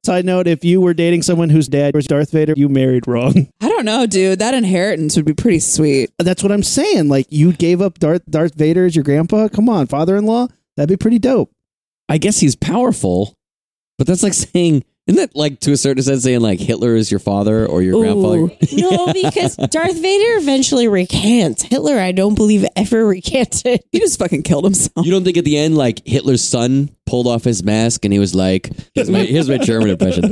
A: Side note, if you were dating someone whose dad was Darth Vader, you married wrong.
D: I don't know, dude. That inheritance would be pretty sweet.
A: That's what I'm saying. Like you gave up Darth Darth Vader as your grandpa? Come on, father in law? That'd be pretty dope.
C: I guess he's powerful, but that's like saying, isn't that like to a certain extent saying like Hitler is your father or your
E: Ooh.
C: grandfather?
E: no, because Darth Vader eventually recants. Hitler, I don't believe, ever recanted.
D: He just fucking killed himself.
C: You don't think at the end like Hitler's son pulled off his mask and he was like, here's my, here's my German impression.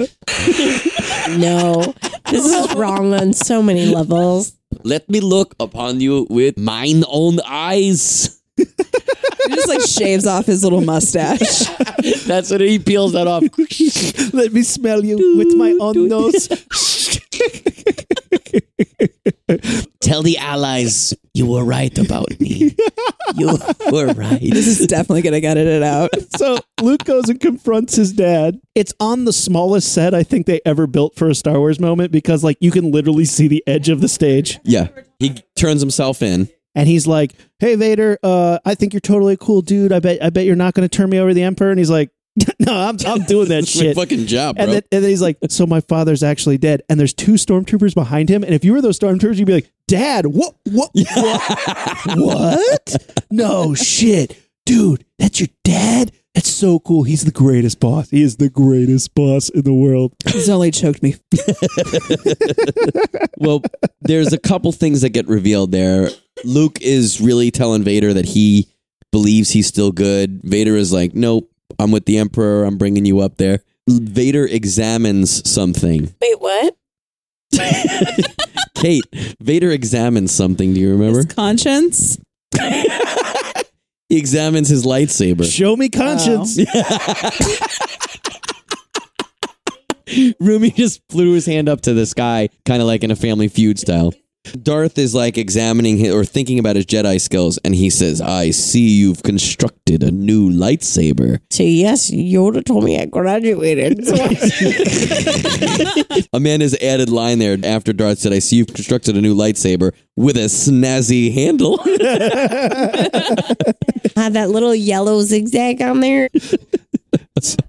E: No, this is wrong on so many levels.
C: Let me look upon you with mine own eyes.
D: He just like shaves off his little mustache.
C: That's what he peels that off.
A: Let me smell you with my own nose.
C: Tell the allies You were right about me. you were right.
D: This is definitely gonna get it out.
A: so Luke goes and confronts his dad. It's on the smallest set I think they ever built for a Star Wars moment because like you can literally see the edge of the stage.
C: yeah. He turns himself in.
A: And he's like, "Hey Vader, uh, I think you're totally a cool dude. I bet I bet you're not going to turn me over to the Emperor." And he's like, "No, I'm I'm doing that
C: It's my
A: shit."
C: fucking job, bro.
A: And then, and then he's like, "So my father's actually dead." And there's two stormtroopers behind him. And if you were those stormtroopers, you'd be like, "Dad, what? What? What? what? No shit, dude, that's your dad. That's so cool. He's the greatest boss. He is the greatest boss in the world."
D: Zoli choked me.
C: well, there's a couple things that get revealed there. Luke is really telling Vader that he believes he's still good. Vader is like, "Nope, I'm with the Emperor. I'm bringing you up there." Vader examines something.
E: Wait, what?
C: Kate, Vader examines something. Do you remember?
D: His conscience.
C: He examines his lightsaber.
A: Show me conscience.
C: Rumi just flew his hand up to the sky, kind of like in a Family Feud style. Darth is like examining his, or thinking about his Jedi skills, and he says, "I see you've constructed a new lightsaber."
E: So yes, Yoda told me I graduated. So
C: Amanda's added line there after Darth said, "I see you've constructed a new lightsaber with a snazzy handle."
E: I had that little yellow zigzag on there.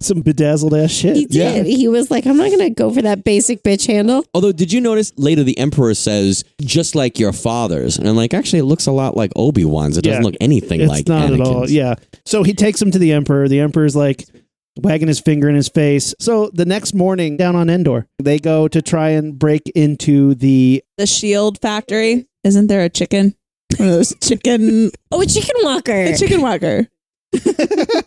A: Some bedazzled ass shit.
E: He did. He was like, I'm not gonna go for that basic bitch handle.
C: Although, did you notice later the Emperor says, "Just like your father's," and I'm like, actually, it looks a lot like Obi Wan's. It doesn't
A: Yeah.
C: look anything
A: it's
C: like
A: not at all
C: Anakin's.
A: yeah so he takes him to the emperor the emperor's like wagging his finger in his face so the next morning down on endor they go to try and break into the
D: The shield factory. Isn't there a chicken? One of those chicken
E: Oh, a chicken walker.
D: a chicken walker.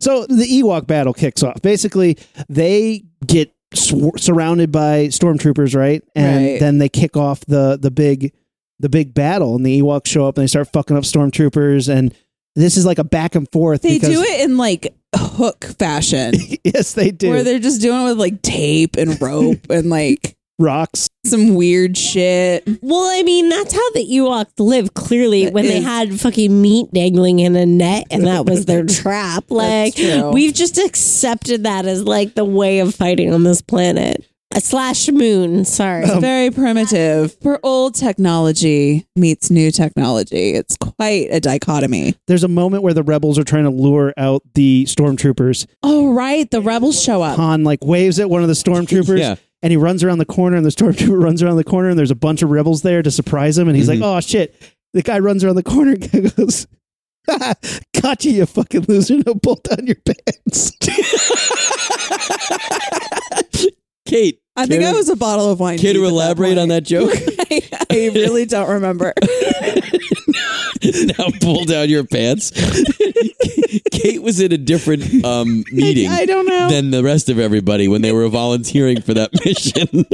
A: so the ewok battle kicks off basically they get swar- surrounded by stormtroopers right and
D: Right.
A: then they kick off the the big the big battle and the ewoks show up and they start fucking up stormtroopers and this is like a back and forth
D: They
A: because
D: do it in like hook fashion.
A: yes they do
D: Where they're just doing it with like tape and rope and like
A: rocks
D: some weird shit.
E: Well, I mean, that's how the Ewoks live. Clearly, when they
D: is-
E: had fucking meat dangling in a net, and that was their trap. Like
D: true.
E: we've just accepted that as like the way of fighting on this planet. A slash moon. Sorry.
C: Um,
A: Oh.
D: It's very primitive. For old technology meets new technology. It's quite a dichotomy.
A: there's a moment where the rebels are trying to lure out the stormtroopers.
D: Oh right, the rebels show up.
A: Han like waves at one of the stormtroopers
C: Yeah.
A: and he runs around the corner and the stormtrooper runs around the corner and there's a bunch of rebels there to surprise him and he's like, "Oh shit." The guy runs around the corner and goes, "Gotcha, you fucking loser. No pull down your pants."
C: Kate,
D: I think
C: care
D: that
C: to-
D: was a bottle of wine.
C: care to elaborate on that joke?
D: I, I really don't remember.
C: now pull down your pants. Kate was in a different um, meeting.
D: I don't know.
C: Than the rest of everybody when they were volunteering for that mission.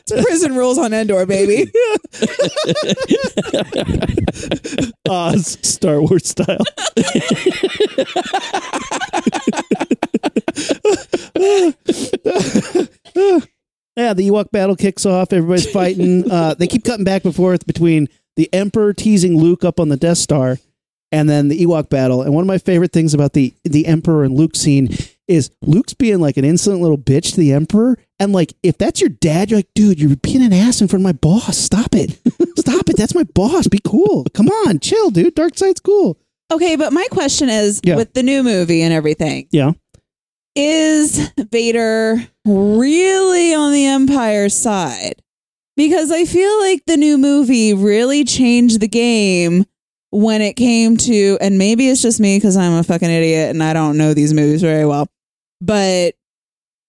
D: It's prison rules on Endor, baby.
A: Oz Star Wars style. yeah, the Ewok battle kicks off. Everybody's fighting. Uh, they keep cutting back and forth between the Emperor teasing Luke up on the Death Star, and then the Ewok battle. And one of my favorite things about the the Emperor and Luke scene is Luke's being like an insolent little bitch to the Emperor. And like, if that's your dad, you're like, dude, you're being an ass in front of my boss. Stop it. Stop it. That's my boss. Be cool. Come on. Chill, dude. Dark side's cool.
D: okay, but my question is
A: Yeah.
D: with the new movie and everything,
A: Yeah.
D: is Vader really on the Empire side? Because I feel like the new movie really changed the game when it came to, and maybe it's just me because I'm a fucking idiot and I don't know these movies very well, but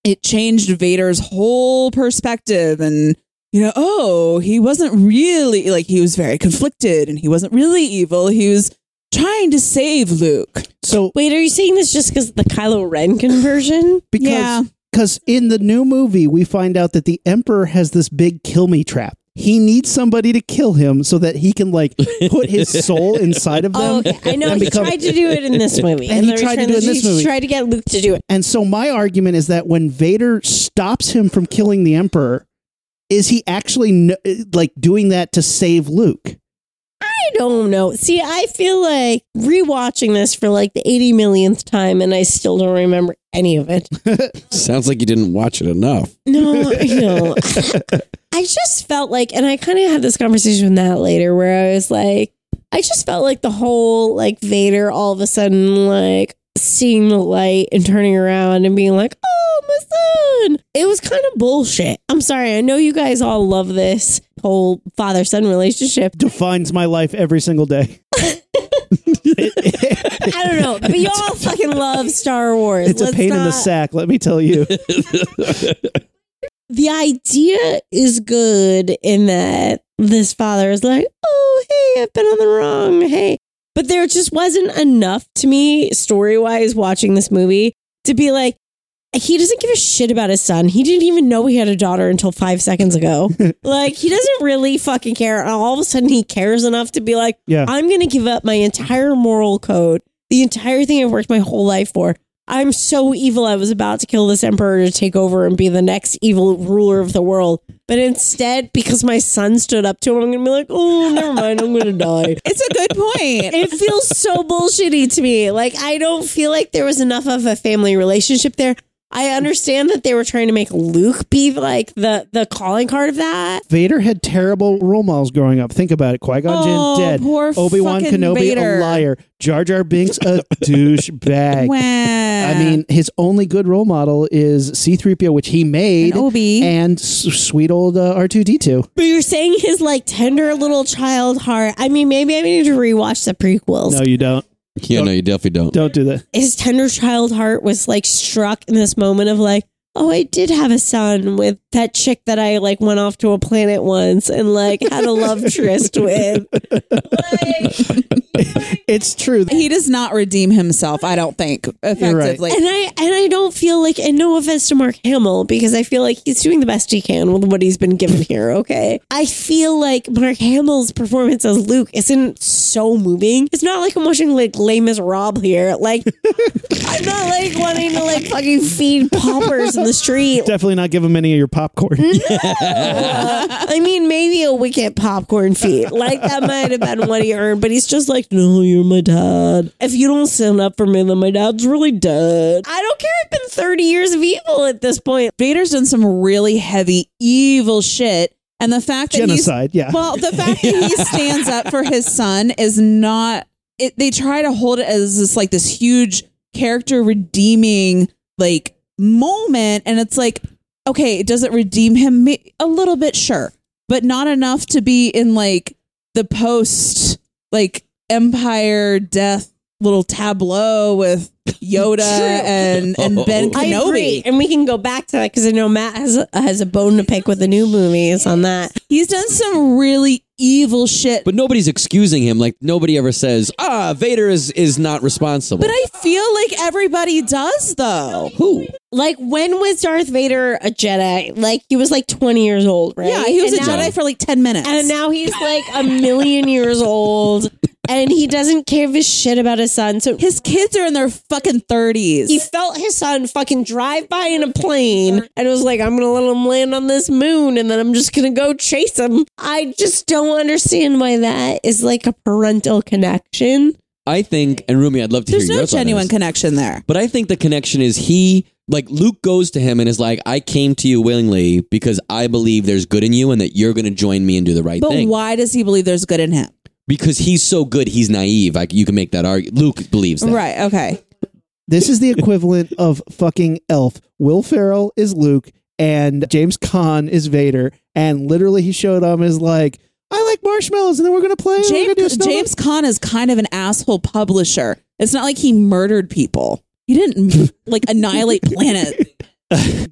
D: it changed Vader's whole perspective and. You know, oh, he wasn't really like he was very conflicted and he wasn't really evil. He was trying to save Luke.
A: So
E: Wait, are you saying this just because the Kylo Ren conversion?
A: because
D: Yeah.
A: cause in the new movie, we find out that the Emperor has this big kill me trap. He needs somebody to kill him so that he can like put his soul inside of them.
E: Oh, okay. I know
A: and
E: he
A: become-
E: tried to do it in this movie,
A: And he
E: the
A: tried to
E: Return
A: do it in
E: of
A: this
E: the Jedi, he
A: movie.
E: Tried to get Luke to do it.
A: And so my argument is that when Vader stops him from killing the Emperor, is he actually no, like doing that to save Luke?
E: I don't know. See, I feel like rewatching this for like the 80 millionth time and I still don't remember any of it.
C: Sounds like you didn't watch it enough.
E: No, you know, I just felt like, and I kind of had this conversation with Nat later where I was like, I just felt like the whole like Vader all of a sudden like seeing the light and turning around and being like, oh, my son. It was kind of bullshit. I'm sorry. I know you guys all love this whole father son relationship.
A: Defines my life every single day.
E: I don't know, but y'all fucking love Star Wars.
A: It's a
E: Let's
A: pain in the
E: not-
A: sack, let me tell you.
E: the idea is good in that this father is like, oh, hey, I've been on the wrong. Hey. But there just wasn't enough to me, story wise, watching this movie to be like, he doesn't give a shit about his son. He didn't even know he had a daughter until five seconds ago. like, he doesn't really fucking care. And all of a sudden, he cares enough to be like,
A: Yeah.
E: I'm going to give up my entire moral code, the entire thing I've worked my whole life for. I'm so evil. I was about to kill this emperor to take over and be the next evil ruler of the world. But instead, because my son stood up to him, I'm going to be like, oh, never mind. I'm going to die.
D: It's a good point.
E: It feels so bullshitty to me. Like, I don't feel like there was enough of a family relationship there. I understand that they were trying to make Luke be like the the calling card of that.
A: Vader had terrible role models growing up. Think about it. Qui Gon
D: Oh,
A: Jinn dead.
D: poor
A: Obi Wan
D: fucking
A: Kenobi
D: Vader.
A: a liar. Jar Jar Binks a douchebag.
D: Wow. Uh-huh.
A: I mean, his only good role model is C3PO, which he made,
D: And Obi.
A: and s- sweet old uh, R2D2.
E: But you're saying his like tender little child heart. I mean, maybe I need to rewatch the prequels.
A: No, you don't.
C: Yeah, no, you definitely don't.
A: Don't do that.
E: his tender child heart was like struck in this moment of like, oh, I did have a son with that chick that I like went off to a planet once and like had a love tryst with. Like,
A: It's true.
D: he does not redeem himself, I don't think, effectively.
E: and I and I don't feel like and no offense to Mark Hamill because I feel like he's doing the best he can with what he's been given here. Okay, I feel like Mark Hamill's performance as Luke isn't so moving. It's not like I'm watching like Les Miserables here. Like I'm not like wanting to like fucking feed paupers in the street.
A: Definitely not give him any of your popcorn.
D: Mm-hmm.
E: I mean, maybe a wicked popcorn feed. Like that might have been what he earned, but he's just like, no, you're my dad. If you don't stand up for me, then my dad's really dead. I don't care. It's been 30 years of evil at this point.
D: Vader's done some really heavy, evil shit. And the fact that
A: Genocide, yeah.
D: he's well, the fact that he stands up for his son is not. It, they try to hold it as this like this huge character redeeming like moment, and it's like, okay, does it redeem him Ma- a little bit? Sure, but not enough to be in like the post like empire death little tableau with Yoda and and Ben
E: I
D: Kenobi.
E: agree. And we can go back to that because I know Matt has a, has a bone to pick with the new movies on that.
D: He's done some really evil shit. But,
C: But nobody's excusing him. Like nobody ever says, "Ah, Vader is is not responsible."
D: I feel like everybody does though.
C: who?
E: Like, when was Darth Vader a Jedi? Like, he was like 20 years old, right?
D: Yeah, he was
E: And
D: a
E: now-
D: Jedi for like 10 minutes.
E: And now he's like a million years old and he doesn't give a shit about his son. So
D: his kids are in their fucking 30s.
E: he felt his son fucking drive by in a plane and was like, I'm gonna let him land on this moon and then I'm just gonna go chase him. I just don't understand why that is like a parental connection.
C: I think, and Rumi, I'd love to
D: There's
C: hear
D: no
C: your thought on
D: genuine
C: this.
D: connection there.
C: But I think the connection is he, like Luke, goes to him and is like, "I came to you willingly because I believe there's good in you and that you're going to join me and do the right
D: But
C: thing."
D: why does he believe there's good in him?
C: Because he's so good, he's naive. Like you can make that argument. Luke believes that.
D: Right, okay.
A: This is the equivalent of fucking Elf. Will Ferrell is Luke and James Caan is Vader. And literally, he showed him as like, I like marshmallows, and then we're gonna play. and we're gonna do a
D: James,
A: snowball."
D: James Conn is kind of an asshole publisher. It's not like he murdered people. He didn't like annihilate planet.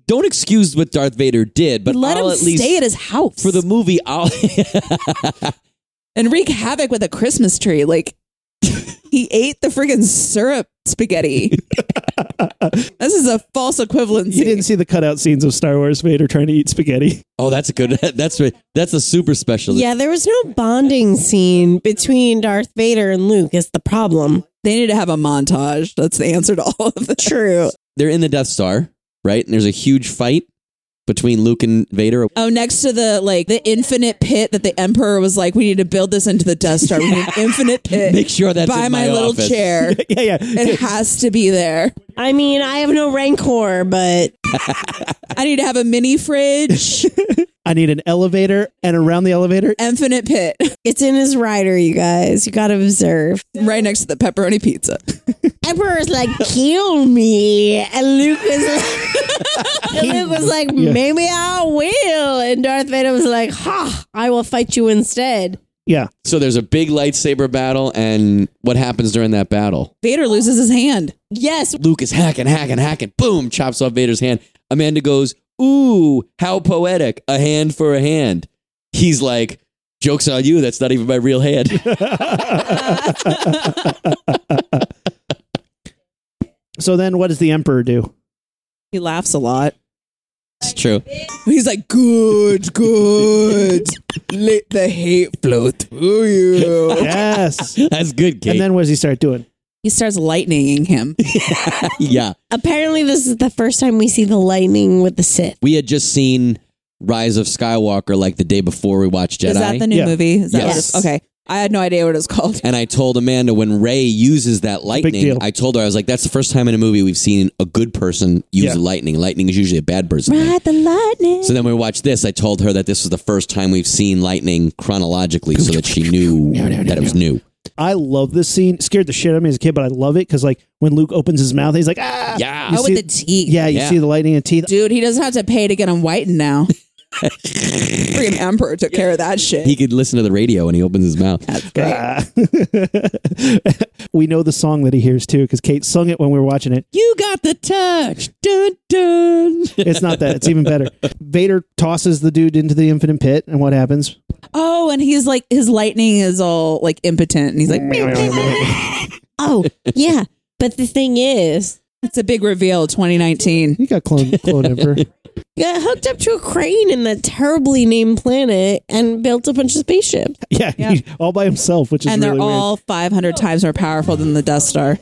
C: Don't excuse what Darth Vader did, but
D: Let
C: I'll
D: him
C: at least
D: stay at his house
C: for the movie. I'll
D: and wreak havoc with a Christmas tree. Like he ate the friggin' syrup spaghetti. this is a false equivalency.
A: You didn't see the cutout scenes of Star Wars Vader trying to eat spaghetti.
C: Oh, that's a good. That's right. That's a super special.
E: Yeah, there was no bonding scene between Darth Vader and Luke, is the problem.
D: They need to have a montage. That's the answer to all of this.
E: True.
C: They're in the Death Star, right? And there's a huge fight, between Luke and Vader.
D: Oh, next to the like the infinite pit that the emperor was like, we need to build this into the Death Star. We need an infinite pit.
C: Make sure that's
D: by
C: in
D: my,
C: my
D: little
C: office.
D: chair.
A: yeah, yeah.
D: It has to be there.
E: I mean, I have no rancor, but
D: I need to have a mini fridge.
A: I need an elevator, and around the elevator,
D: infinite pit
E: it's in his rider, you guys. You got to observe.
D: right next to the pepperoni pizza.
E: Emperor's like, kill me. And Luke was like, and Luke was like
A: Yeah.
E: maybe I will. And Darth Vader was like, ha, I will fight you instead.
A: yeah,
C: So there's a big lightsaber battle, and what happens during that battle?
D: Vader loses his hand.
E: Yes.
C: Luke is hacking, hacking, hacking. Boom! Chops off Vader's hand. Amanda goes, "Ooh, how poetic! A hand for a hand." He's like, "Jokes on you. That's not even my real hand."
A: So then, what does the emperor do?
D: He laughs a lot.
C: it's true.
D: He's like, good, good. Let the hate flow through you.
A: Yes.
C: That's good, Kate.
A: And then what does he start doing?
D: He starts lightninging him.
C: yeah,
E: Apparently, this is the first time we see the lightning with the Sith.
C: we had just seen Rise of Skywalker like the day before we watched Jedi.
D: Is that the new
A: Yeah.
D: movie? Is that what
C: Yes.
D: it's- okay. I had no idea what it was called.
C: And I told Amanda when Ray uses that
A: deal.
C: lightning, I told her I was like, "That's the first time in a movie we've seen a good person use
A: Yeah.
C: lightning. Lightning is usually a bad person." thing.
E: Ride the lightning.
C: So then when we watched this. I told her that this was the first time we've seen lightning chronologically, so that she knew that it was new.
A: I love this scene. It scared the shit out of me as a kid, but I love it because like when Luke opens his mouth, he's like, ah,
C: Yeah.
A: You
D: Oh,
A: see-
D: with the teeth.
A: yeah. You
C: Yeah.
A: see the lightning and teeth.
D: Dude, he doesn't have to pay to get him whitened now. Freaking emperor took care of that shit.
C: He could listen to the radio when he opens his mouth.
A: Ah. we know the song that he hears too because Kate sung it when we were watching it.
C: You got the touch. Dun dun.
A: It's not that. It's even better. Vader tosses the dude into the infinite pit, and what happens?
D: oh, and he's like, his lightning is all like impotent. And he's like,
E: oh, yeah. But the thing is,
D: it's a big reveal 2019.
A: He got clone clone emperor.
E: you got hooked up to a crane in that terribly named planet and built a bunch of spaceships.
A: Yeah,
D: Yeah.
A: he- all by himself, which is
D: And they're
A: really weird.
D: all 500 times more powerful than the Death Star.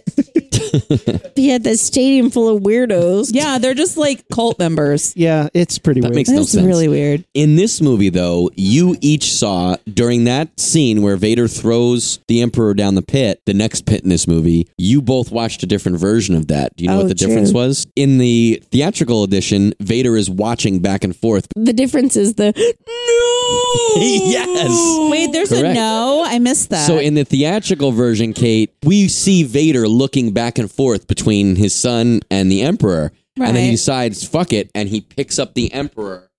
E: He had that stadium full of weirdos.
D: Yeah, they're just like cult members.
A: Yeah, it's pretty
C: That
A: weird.
C: makes no
D: That's
C: sense.
D: really weird.
C: In this movie, though, you each saw during that scene where Vader throws the Emperor down the pit, the next pit in this movie, you both watched a different version of that. Do you know
E: Oh,
C: what the
E: true.
C: difference was? In the theatrical edition, Vader is watching back and forth.
E: The difference is the no.
C: yes.
D: Wait, there's
C: Correct.
D: a no. I missed that.
C: So in the theatrical version, Kate, we see Vader looking back and forth between his son and the Emperor. And then he
D: Right.
C: decides, fuck it, and he picks up the Emperor.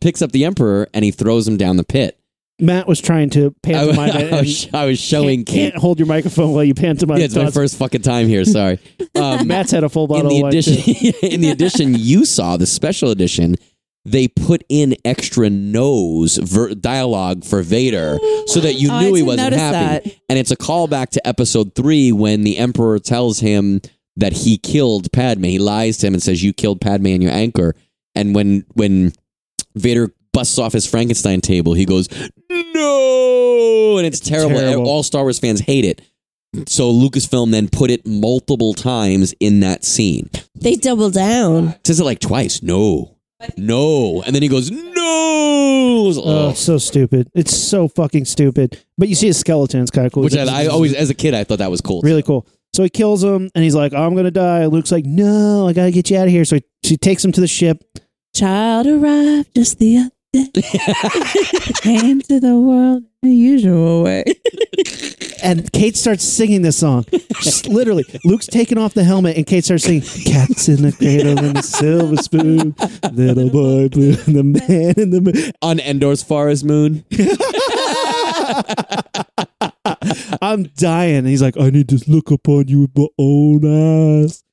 C: Picks up the Emperor and he throws him down the pit.
A: Matt was trying to
C: I, Oh, was-
A: pantomime it.
C: I
A: and
C: was, I was showing
A: can't,
C: Kate
A: can't hold your microphone while you pantomime.
C: Yeah, it's my
A: thoughts.
C: first fucking time here. Sorry. Um,
A: Matt's had a full
C: in
A: bottle
C: the
A: of wine. too.
C: edition, in the edition you saw, the special edition, they put in extra nose ver- dialogue for Vader, so that you
D: Oh, I
C: knew he
D: didn't
C: wasn't
D: notice
C: happy.
D: that.
C: And it's a callback to Episode Three when the Emperor tells him that he killed Padme. He lies to him and says, "You killed Padme and your anchor." And when when Vader busts off his Frankenstein table, he goes, "No!" And it's terrible.
A: terrible.
C: All Star Wars fans hate it. So Lucasfilm then put it multiple times in that scene.
E: They double down.
C: Says it like twice. No, no, and then he goes no, It was,
A: Oh,
C: oh.
A: so stupid. It's so fucking stupid. But you see his skeleton. It's kind of cool.
C: oh. which I, I always, as a kid, I thought that was cool.
A: really cool. So he kills him, and he's like, "I'm gonna die." Luke's like, "No, I gotta get you out of here." So he, she takes him to the ship.
D: Child arrived just the other day. Came to the world in the usual way.
A: And Kate starts singing this song. Just literally, Luke's taking off the helmet, and Kate starts singing "Cats in the Cradle and the Silver Spoon, Little Boy Blue, and the Man in the Moon."
C: On Endor's Forest Moon,
A: I'm dying. And he's like, I need to look upon you with my own eyes.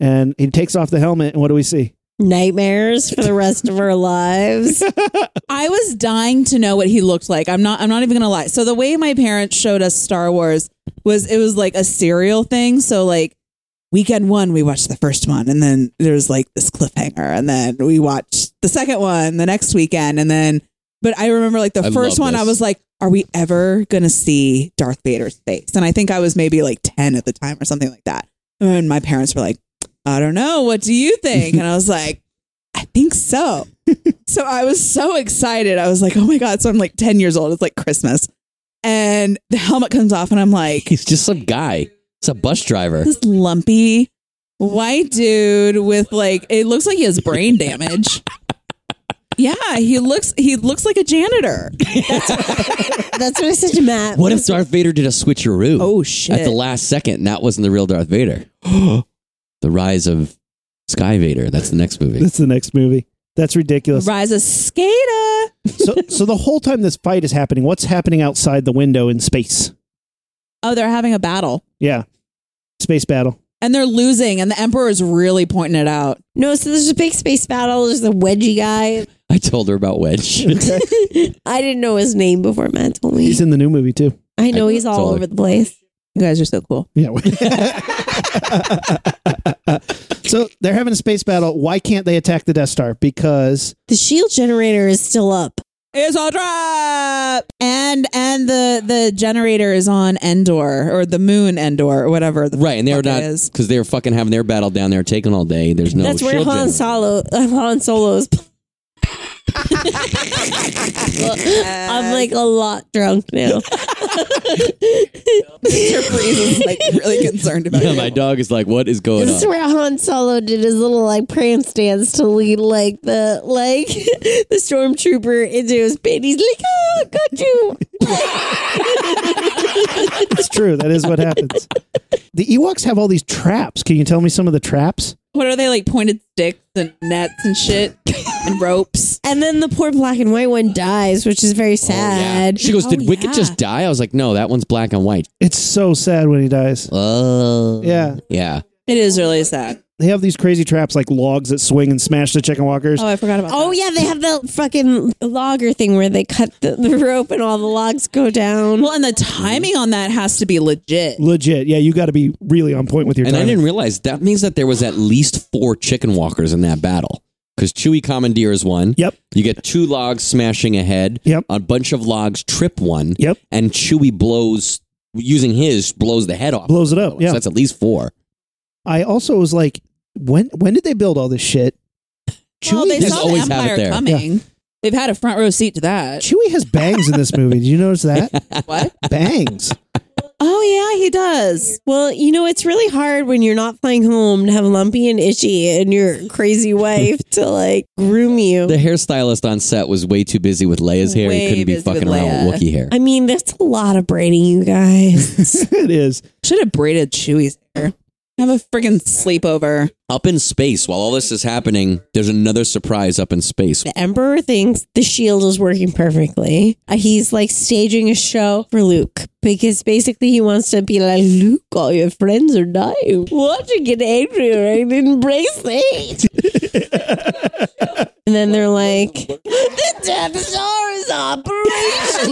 A: And he takes off the helmet, and what do we see?
E: Nightmares for the rest of our lives.
D: I was dying to know what he looked like. I'm not I'm not even gonna lie. So the way my parents showed us Star Wars was it was like a serial thing. So like weekend one we watched the first one and then there's like this cliffhanger and then we watched the second one the next weekend and then but I remember like the
C: I
D: first
C: love
D: one I
C: this.
D: was like, are we ever gonna see Darth Vader's face? And I think I was maybe like ten at the time or something like that. And my parents were like, I don't know, what do you think? And I was like, I think so. so I was so excited. I was like, oh my God. So I'm like 10 years old. It's like Christmas. And the helmet comes off, and I'm like,
C: He's just some guy. It's a bus driver.
D: this lumpy white dude with like, it looks like he has brain damage. Yeah, he looks he looks like a janitor.
E: That's what I said to Matt.
C: What if Darth Vader did a switcheroo?
D: Oh shit.
C: At the last second, and that wasn't the real Darth Vader. the Rise of Sky Vader. That's the next movie.
A: That's the next movie. That's ridiculous.
D: Rise of Skada.
A: so, so the whole time this fight is happening, what's happening outside the window in space?
D: Oh, they're having a battle.
A: Yeah, space battle.
D: And they're losing, and the Emperor is really pointing it out.
E: No, so there's a big space battle. There's a wedgie guy.
C: I told her about Wedge.
A: Okay.
E: I didn't know his name before Matt told me.
A: He's in the new movie too.
E: I know he's
C: It's
E: all
C: all-
E: over the place.
D: You guys are so cool.
A: Yeah. so they're having a space battle. Why can't they attack the Death Star? Because
E: The shield generator is still up.
D: It's all drop. And and the the generator is on Endor or the moon Endor or whatever. The
C: Right, and they're
D: fuck it
C: not
D: is.
C: because they're fucking having their battle down there, taking all day. There's no.
E: That's where
C: shield
E: Han
C: generator.
E: Solo, uh, Han Solo's. I'm like a lot drunk now.
D: Mr. Freeze is like really concerned about
C: Yeah,
D: you.
C: my dog is like, what is going
E: This is
C: on?
E: where Han Solo did his little like prance dance to lead like the like the stormtrooper into his pit. He's like, oh, got you.
A: it's true. That is what happens. The Ewoks have all these traps. Can you tell me some of the traps?
D: What are they like pointed sticks and nets and shit and ropes?
E: And then the poor black and white one dies, which is
C: Oh,
E: very
C: yeah.
E: sad.
C: She goes,
D: Oh,
C: did Wicket
D: yeah.
C: just die? I was like, no, that one's black and white.
A: It's so sad when he dies.
C: Oh,
A: Yeah.
C: yeah.
D: It is really sad.
A: They have these crazy traps like logs that swing and smash the chicken walkers.
D: Oh, I forgot about.
E: Oh yeah, they have that fucking logger thing where they cut the, the rope and all the logs go down.
D: Well, and the timing on that has to be legit.
A: Legit. Yeah, you got to be really on point with your
C: And I
A: timing.
C: didn't realize that means that there was at least four chicken walkers in that battle. Because Chewy commandeers one.
A: Yep.
C: You get two logs smashing ahead.
A: Yep.
C: A bunch of logs trip one.
A: Yep.
C: And Chewy blows using his blows the head off.
A: Blows it up.
C: Oh, So
A: Yeah.
C: that's at least four.
A: I also was like, when when did they build all this shit?
D: Well, they
C: just
D: saw
C: always
D: the
C: have it
D: Empire
C: there.
D: coming. They've had a front row seat to that.
A: Chewie has bangs in this movie. Did you notice that?
D: What?
A: bangs.
D: Oh yeah, he does.
E: Well, you know, it's really hard when you're not flying home to have Lumpy and Itchy and your crazy wife to like groom you.
C: The hairstylist on set was way too busy with Leia's hair.
D: Way
C: he couldn't be
D: busy with
C: fucking around with
D: Leia.
C: Wookiee hair.
E: I mean, that's a lot of braiding, you guys.
A: it is.
D: Should have braided Chewie's hair. Have a friggin' sleepover.
C: up in space, while all this is happening, there's another surprise up in space.
E: the Emperor thinks the shield is working perfectly. Uh, He's like staging a show for Luke because basically he wants to be like, Luke, all your friends are dying. What? You get angry, right? Embrace hate. and then they're like, the Death Star is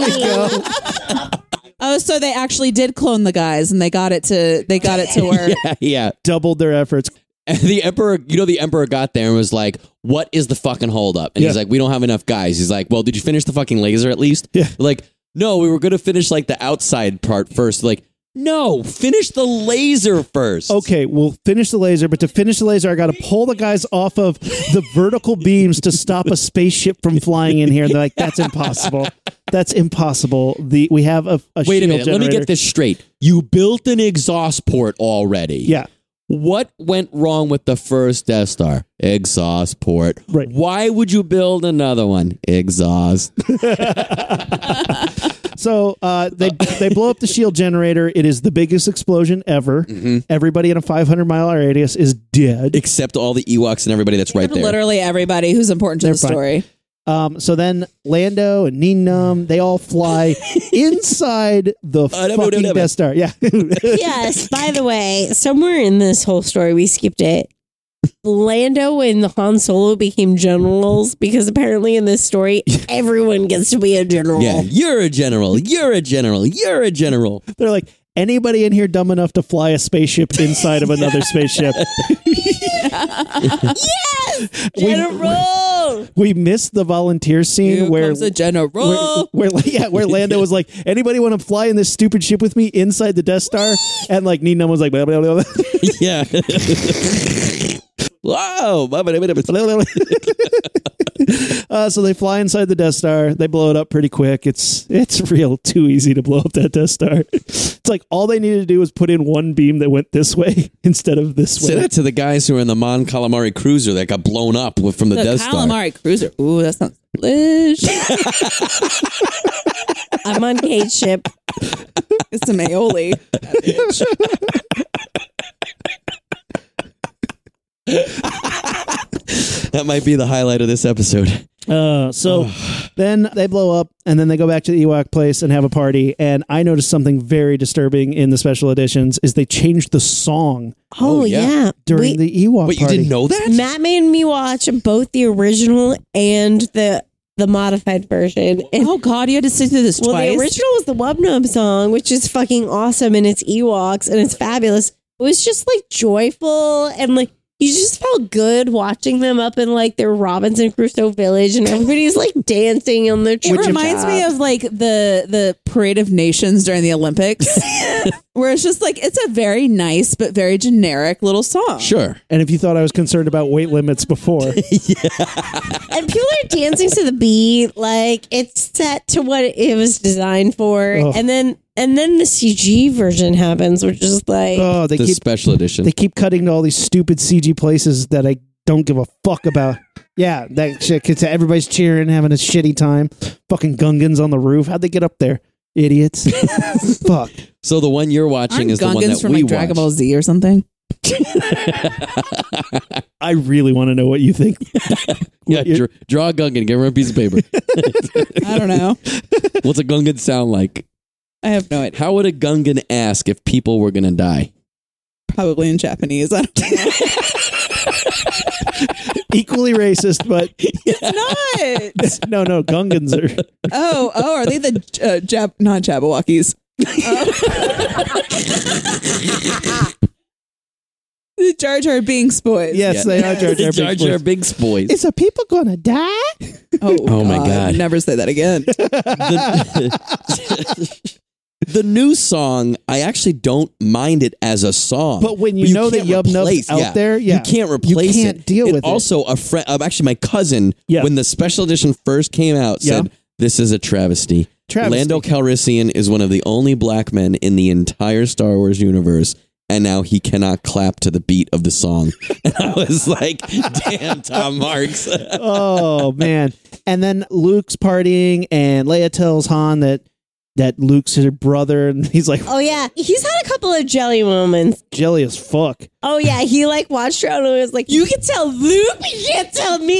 E: operational.
D: Oh, so they actually did clone the guys, and they got it to they got it to work.
C: Yeah, yeah.
A: Doubled their efforts.
C: And the emperor, you know, the emperor got there and was like, "What is the fucking holdup?" And he's
A: Yeah.
C: like, "We don't have enough guys." He's like, "Well, did you finish the fucking laser at least?"
A: Yeah.
C: Like, no, we were gonna finish like the outside part first. Like, no, finish the laser first.
A: Okay, we'll finish the laser, but to finish the laser, I got to pull the guys off of the vertical beams to stop a spaceship from flying in here. And they're like, "That's impossible. That's impossible." The we have a, a
C: Wait a
A: shield
C: minute. Let me
A: generator.
C: get this straight. You built an exhaust port already.
A: Yeah,
C: What went wrong with the first Death Star? Exhaust port.
A: Right.
C: Why would you build another one? Exhaust.
A: So uh, they they blow up the shield generator. It is the biggest explosion ever.
C: Mm-hmm.
A: Everybody in a 500 mile radius is dead.
C: Except all the Ewoks and everybody that's right there.
D: Literally everybody who's important to
A: They're
D: the
A: fine.
D: story.
A: Um, so then Lando and Ninum they all fly inside the
C: Uh, no, no,
A: fucking
C: no, no.
A: Death Star. Yeah,
E: yes. By the way, somewhere in this whole story, we skipped it. Lando and Han Solo became generals because apparently in this story, everyone gets to be a general.
C: Yeah, you're a general. You're a general. You're a general.
A: they're like anybody in here dumb enough to fly a spaceship inside of another spaceship.
E: General.
A: We missed the volunteer scene
D: Oh, Here
A: where.
D: comes a general.
A: where, where yeah, where Lando was like, anybody want to fly in this stupid ship with me inside the Death Star? And like Ninum was like, blah, blah, blah.
C: Yeah. Whoa!
A: Uh, so they fly inside the Death Star. They blow it up pretty quick. It's it's real too easy to blow up that Death Star. It's like all they needed to do was put in one beam that went this way instead of this
C: Say
A: way.
C: that to the guys who were in the Mon Calamari cruiser that got blown up with, from the,
D: The
C: Death Star.
D: calamari cruiser. Ooh, that sounds delish.
E: I'm on Kate ship.
D: it's some aioli.
C: That might be the highlight of this episode.
A: Uh, so then they blow up, and then they go back to the Ewok place and have a party. And I noticed something very disturbing in the special editions is they changed the song
E: Oh,
C: yeah.
E: yeah.
A: during
E: We-
A: the Ewok
C: Wait, you
A: party.
C: didn't know that?
E: Matt made me watch both the original and the the modified version. And
D: Oh God, you had to sit through this
E: well,
D: twice.
E: the original was the Wub Nub song, which is fucking awesome, and it's Ewoks, and it's fabulous. It was just like joyful and like. You just felt good watching them up in like their Robinson Crusoe village, and everybody's like dancing on their.
D: it reminds me of like the the parade of nations during the Olympics, where it's just like it's a very nice but very generic little song.
C: Sure.
A: And if you thought I was concerned about weight limits before,
E: and people are dancing to the beat like it's set to what it was designed for
A: Oh.
E: and then and then the cg version happens which is like
A: oh, they
C: the
A: keep
C: special edition.
A: they keep cutting to all these stupid CG places that I don't give a fuck about. Yeah, that shit. 'cause Everybody's cheering, having a shitty time. Fucking Gungans on the roof. How'd they get up there? Idiots. fuck.
C: so the one you're watching
D: Aren't
C: is the one that
D: Gungans from
C: we
D: like Dragon Ball
C: watched.
D: Z or something?
A: I really want to know what you think.
C: Yeah, dr- draw a Gungan. Give her a piece of paper.
D: I don't know.
C: What's a Gungan sound like?
D: I have no idea.
C: How would a Gungan ask if people were going to die?
D: Probably in Japanese. I don't know.
A: Equally racist, but
D: it's not.
A: no, no, Gungans are.
D: Oh, oh, are they the uh, Jap- non Jabberwockies?
C: Oh.
D: the Jar Jar Binks boys.
A: Yes, they are Jar Jar
C: Jar
A: Binks
C: Jar
A: boys.
C: Binks boys.
A: Is a people gonna die?
D: Oh,
C: Oh, my God.
D: Never say that again.
C: the, the new song, I actually don't mind it as a song.
A: But when you know that
C: can't
A: Yub Nub's
C: replace-
A: out there, yeah.
C: you can't replace
A: can't
C: it.
A: deal with it.
C: Also, a friend, uh, actually, my cousin,
A: Yeah.
C: when the special edition first came out,
A: Yeah.
C: said this is a travesty.
A: Travesty.
C: Lando Calrissian is one of the only black men in the entire Star Wars universe. And now he cannot clap to the beat of the song. And I was like, damn, Tom Marks.
A: oh man! And then Luke's partying, and Leia tells Han that that Luke's her brother, and he's like
E: oh yeah he's had a couple of jelly moments
A: jelly as fuck.
E: oh yeah he like watched around and was like you can tell luke you can't tell me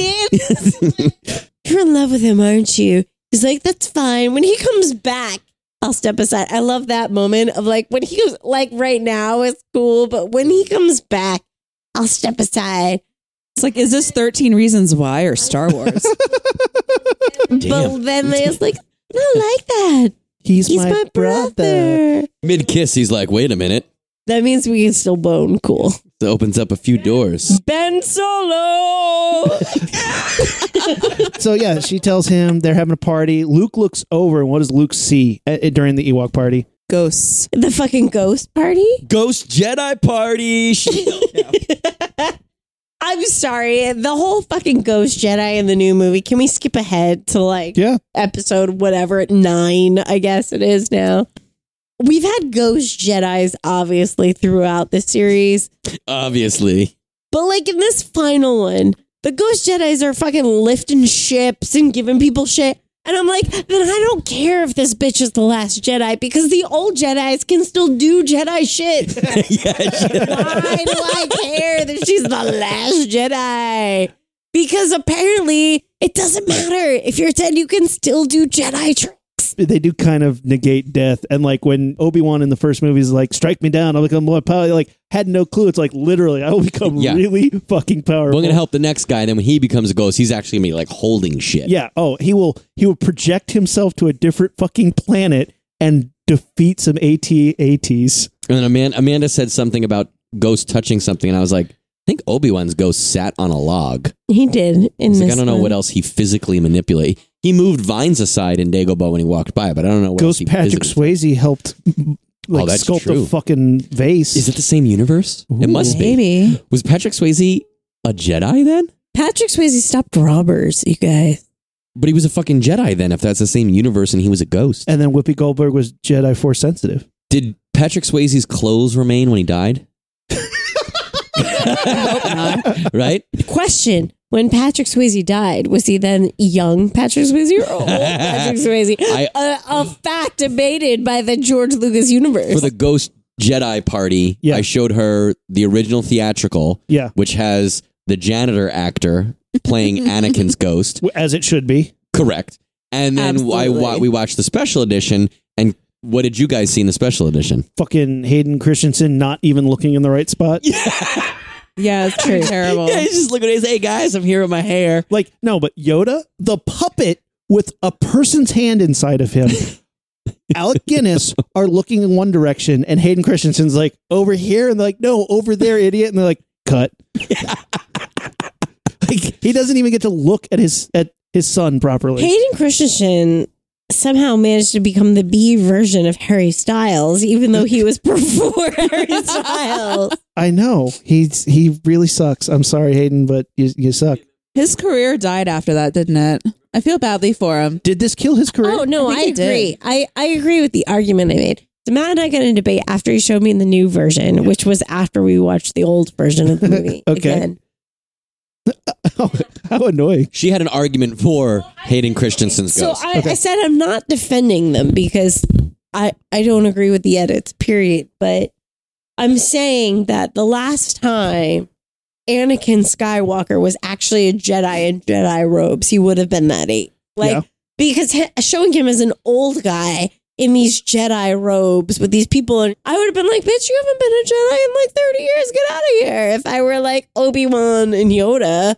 E: you're in love with him aren't you he's like that's fine when he comes back I'll step aside. I love that moment of like when he goes, like right now it's cool, but when he comes back, I'll step aside.
D: It's like, is this 13 Reasons Why or Star Wars?
E: But then they just like, not like that.
A: He's,
E: He's
A: my,
E: my,
A: brother.
E: brother.
C: Mid kiss, he's like, wait a minute.
E: That means we can still bone. Cool.
C: That opens up a few doors.
E: Ben Solo.
A: So yeah, she tells him they're having a party. Luke looks over, and what does Luke see uh, uh, during the Ewok party?
D: Ghosts.
E: the fucking ghost party.
C: Ghost Jedi party.
E: I'm sorry. The whole fucking ghost Jedi in the new movie. Can we skip ahead to like
A: Yeah,
E: episode whatever nine? I guess it is now. We've had ghost Jedi's obviously throughout the series,
C: Obviously.
E: but like in this final one, the ghost Jedi's are fucking lifting ships and giving people shit. And I'm like, then I don't care if this bitch is the last Jedi because the old Jedi's can still do Jedi shit.
C: yeah,
E: Why do I care that she's the last Jedi? Because apparently it doesn't matter. If you're dead, you can still do Jedi tricks.
A: they do kind of negate death, and like when Obi Wan in the first movie is like, "Strike me down, I'll become more powerful." Like had no clue. It's like literally, I will become
C: Yeah.
A: really fucking
C: we're
A: powerful.
C: gonna help the next guy. And then when he becomes a ghost, he's actually gonna be like holding shit.
A: Yeah. Oh, he will. He will project himself to a different fucking planet and defeat some AT-ATs.
C: And then Amanda, Amanda said something about ghost touching something, and I was like, I think Obi Wan's ghost sat on a log.
E: He did
C: I
E: in
C: was
E: this.
C: like, I don't know what else he physically manipulated. He moved vines aside in Dagobah when he walked by, but I don't know what
A: Ghost
C: else he
A: Patrick
C: physically-
A: Swayze helped like
C: Oh, that's
A: sculpt
C: true.
A: a fucking vase.
C: Is it the same universe? it must be.
D: Maybe.
C: Was Patrick Swayze a Jedi then?
E: Patrick Swayze stopped robbers, you guys.
C: But he was a fucking Jedi then, if that's the same universe and he was a ghost.
A: And then Whoopi Goldberg was Jedi Force sensitive.
C: Did Patrick Swayze's clothes remain when he died? right?
E: Question. When Patrick Swayze died, was he then young Patrick Swayze or old Patrick Swayze?
C: I-
E: a, a fact debated by the George Lucas universe.
C: For the Ghost Jedi party,
A: Yeah.
C: I showed her the original theatrical,
A: Yeah.
C: which has the janitor actor playing Anakin's ghost.
A: W- As it should be.
C: Correct. And then I wa-
E: Absolutely.
C: we watched the special edition. And what did you guys see in the special edition?
A: Fucking Hayden Christensen not even looking in the right spot.
D: Yeah, it's pretty terrible.
C: just looking at his, hey guys, I'm here with my hair.
A: Like, no, but Yoda, the puppet with a person's hand inside of him. Alec Guinness are looking in one direction, and Hayden Christensen's like, over here. And they're like, no, over there, idiot. And they're like, cut. like, he doesn't even get to look at his at his son properly.
E: Hayden Christensen somehow managed to become the B version of Harry Styles, even though he was before Harry Styles.
A: I know. He's he really sucks. I'm sorry, Hayden, but you, you suck.
D: His career died after that, didn't it? I feel badly for him.
A: Did this kill his career?
E: Oh no,
D: I
E: I,
D: think it
E: agree.
D: did.
E: I, I agree with the argument I made. So Matt and I got in a debate after he showed me the new version, which was after we watched the old version of the movie.
A: Okay.
E: Again.
A: How annoying.
C: She had an argument for Hayden Christensen's
E: So
C: ghost.
E: I, I said I'm not defending them because I, I don't agree with the edits, period. But I'm saying that the last time Anakin Skywalker was actually a Jedi in Jedi robes, he would have been that eight. Like,
A: Yeah.
E: because he- showing him as an old guy in these Jedi robes with these people, and I would have been like, bitch, you haven't been a Jedi in like 30 years. Get out of here. If I were like Obi Wan and Yoda,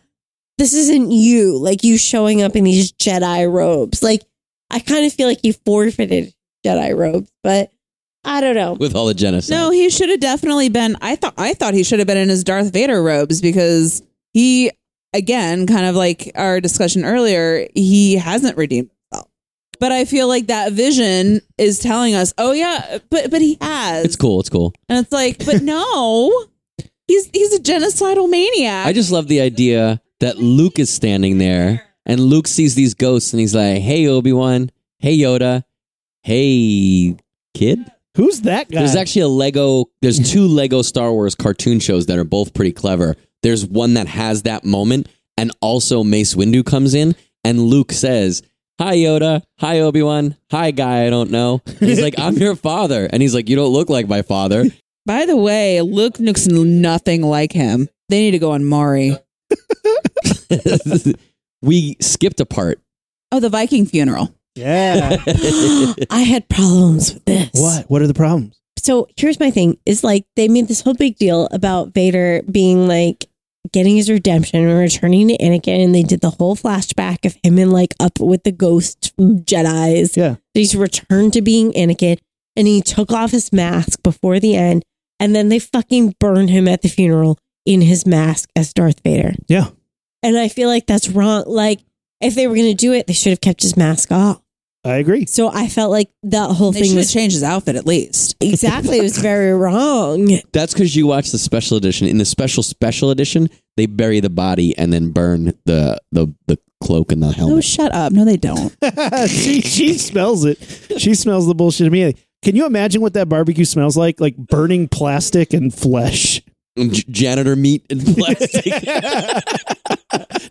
E: this isn't you. Like, you showing up in these Jedi robes. Like, I kind of feel like he forfeited Jedi robes, but I don't know.
C: with all the genocide.
D: No, he should have definitely been. I thought I thought he should have been in his Darth Vader robes because he, again, kind of like our discussion earlier, he hasn't redeemed himself. But I feel like that vision is telling us, oh yeah, but but he has,
C: It's cool. It's cool.
D: and it's like, but no, he's he's a genocidal maniac.
C: I just love the idea that Luke is standing there and Luke sees these ghosts and he's like, hey, Obi Wan. Hey, Yoda. Hey, kid.
A: Who's that guy?
C: There's actually a Lego, there's two Lego Star Wars cartoon shows that are both pretty clever. There's one that has that moment and also Mace Windu comes in and Luke says, Hi, Yoda. Hi, Obi Wan. Hi, guy I don't know. And he's like, I'm your father. And he's like, You don't look like my father.
D: By the way, Luke looks nothing like him. They need to go on Mari.
C: we skipped a part.
D: Oh, the Viking funeral.
A: yeah.
E: I had problems with this.
A: what? What are the problems?
E: so here's my thing is like they made this whole big deal about Vader being like getting his redemption and returning to Anakin and they did the whole flashback of him and like up with the ghost Jedi's.
A: Yeah.
E: He's returned to being Anakin and he took off his mask before the end and then they fucking burn him at the funeral in his mask as Darth Vader.
A: Yeah.
E: And I feel like that's wrong. Like if they were going to do it, they should have kept his mask off.
A: I agree.
E: So I felt like that whole
D: They
E: thing
D: should
E: was
D: change his outfit at least.
E: exactly it was very wrong.
C: That's because you watch the special edition. In the special special edition, they bury the body and then burn the the, the cloak and the
D: Oh,
C: helmet.
D: shut up! No, they don't.
A: she she smells it. She smells the bullshit immediately. Can you imagine what that barbecue smells like? Like burning plastic and flesh.
C: J- janitor meat and plastic.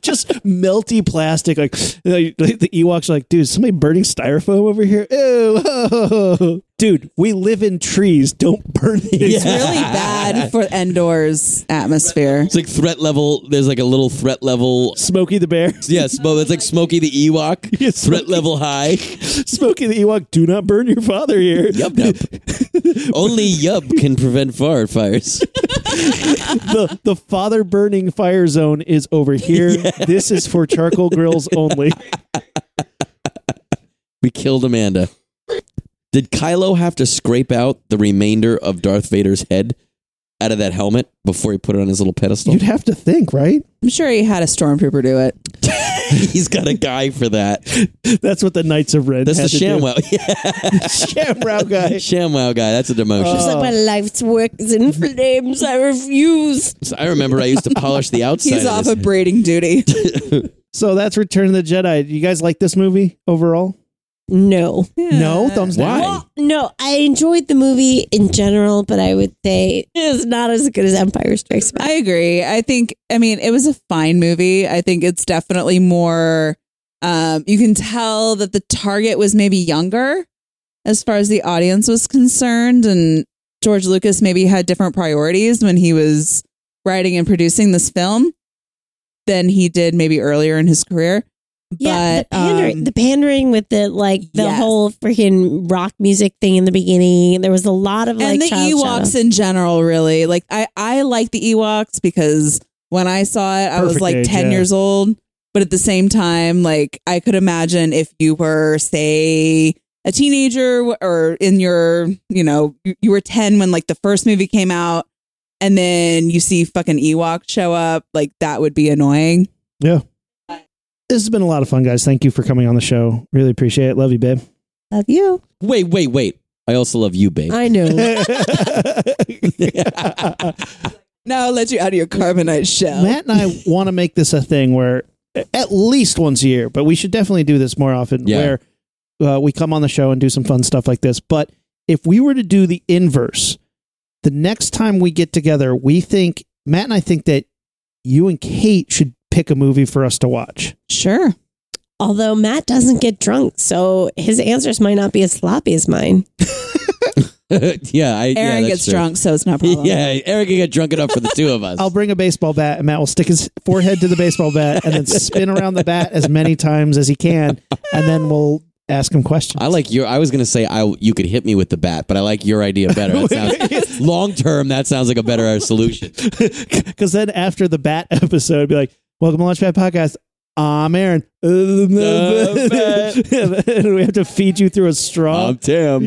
A: Just melty plastic. Like, like, like the Ewoks are like, dude, somebody burning styrofoam over here? Ew. Dude, we live in trees. Don't burn things.
D: It's really bad for Endor's atmosphere.
C: it's like threat level. There's like a little threat level.
A: Smokey the Bear.
C: Yeah, Smo- it's like Smokey the Ewok.
A: Yeah,
C: threat
A: Smokey.
C: level high.
A: Smokey the Ewok, do not burn your father here.
C: Yub yub. Only yub can prevent forest fires.
A: the the father burning fire zone is over here. This is for charcoal grills only.
C: We killed Amanda. Did Kylo have to scrape out the remainder of Darth Vader's head out of that helmet before he put it on his little pedestal?
A: You'd have to think, right?
D: I'm sure he had a stormtrooper do it.
C: He's got a guy for that.
A: That's what the Knights of Ren.
C: That's the
A: had to do.
C: ShamWow. Yeah,
A: ShamWow guy.
C: ShamWow guy. That's a demotion.
E: It's like my life's work is in flames. I refuse.
C: So I remember I used to polish the outside.
D: Oh. He's off
C: this.
D: of braiding duty.
A: So that's Return of the Jedi. You guys like this movie overall?
E: No.
A: No, thumbs down.
C: Why?
E: Well, no, I enjoyed the movie in general, but I would say it's not as good as Empire Strikes Back.
D: I agree. I think, I mean, it was a fine movie. I think it's definitely more, um, you can tell that the target was maybe younger as far as the audience was concerned. And George Lucas maybe had different priorities when he was writing and producing this film than he did maybe earlier in his career.
E: Yeah,
D: but
E: the, pandering,
D: um,
E: the pandering with the like the
D: Yes.
E: whole freaking rock music thing in the beginning. There was a lot of like
D: and the
E: child
D: Ewoks
E: shadow.
D: in general, really. Like I, I like the Ewoks because when I saw it, I was
A: Perfect
D: like
A: age,
D: ten
A: yeah.
D: years old. But at the same time, like I could imagine if you were, say, a teenager w- or in your, you know, you you were ten when like the first movie came out, and then you see fucking Ewok show up, like that would be annoying.
A: This has been a lot of fun, guys. Thank you for coming on the show. Really appreciate it. Love you, babe.
D: Love you.
C: Wait, wait, wait. I also love you, babe.
E: I know.
D: Now I'll let you out of your carbonite shell.
A: Matt and I want to make this a thing where at least once a year, but we should definitely do this more often
C: Yeah.
A: where uh, we come on the show and do some fun stuff like this. But if we were to do the inverse, the next time we get together, we think, Matt and I think that you and Kate should pick a movie for us to watch.
D: Sure.
E: Although Matt doesn't get drunk, so his answers might not be as sloppy as mine.
C: yeah, I, yeah,
D: Aaron
C: that's
D: gets
C: true.
D: drunk, so it's not a problem.
C: Yeah, Eric can get drunk enough for the two of us.
A: I'll bring a baseball bat, and Matt will stick his forehead to the baseball bat and then spin around the bat as many times as he can, and then we'll ask him questions.
C: I like your. I was gonna say I you could hit me with the bat, but I like your idea better. That sounds long term. That sounds like a better solution.
A: Because then after the bat episode, I'd be like, "Welcome to Lunch Bat Podcast." I'm Aaron. and we have to feed you through a
D: Uh,
A: straw.
C: I'm Um, Tim.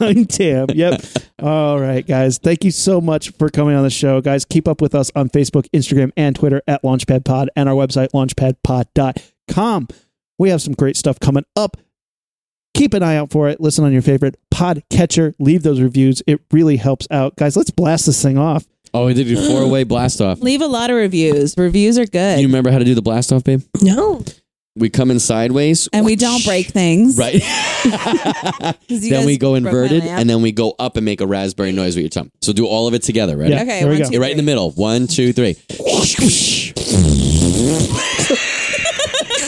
A: I'm Tim. Yep. All right, guys. Thank you so much for coming on the show. Guys, keep up with us on Facebook, Instagram, and Twitter at Launchpad Pod and our website, launchpadpod.com. We have some great stuff coming up. Keep an eye out for it. Listen on your favorite podcatcher. Leave those reviews. It really helps out. Guys, let's blast this thing off.
C: Oh, we did a four way blast off.
D: Leave a lot of reviews. Reviews are good.
C: You remember how to do the blast off, babe?
E: No,
C: We come in sideways,
D: and we don't break things.
C: right?
D: 'Cause you
C: then
D: guys
C: we go
D: broke my
C: inverted,
D: lap.
C: and then we go up and make a raspberry noise with your tongue. So do all of it together, right?
A: Yeah.
D: okay,
A: There we
D: one,
A: go.
D: two,
C: You're right in the
D: three.
C: middle. One, two, three.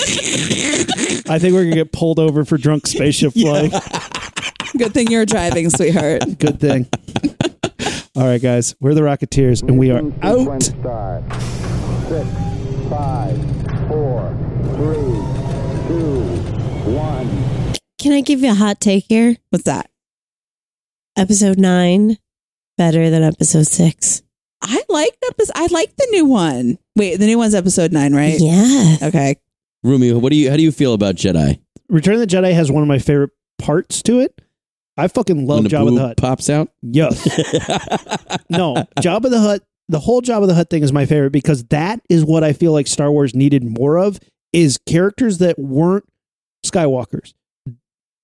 A: I think we're going to get pulled over for drunk spaceship flying.
D: Good thing you're driving, sweetheart.
A: Good thing. All right, guys. We're the Rocketeers, and we are out.
B: Sequence start. Six, five, four, three, two, one.
E: can I give you a hot take here?
D: What's that?
E: Episode nine better than episode six.
D: I like episode. I like the new one. Wait, the new one's episode nine, right?
E: Yeah,
D: Okay.
C: Rumi, what do you? How do you feel about Jedi?
A: Return of the Jedi has one of my favorite parts to it. I fucking love
C: when the
A: Jabba
C: boob
A: the Hutt.
C: pops out.
A: Yes. no, Jabba the Hutt, the whole Jabba the Hutt thing is my favorite because that is what I feel like Star Wars needed more of is characters that weren't Skywalkers,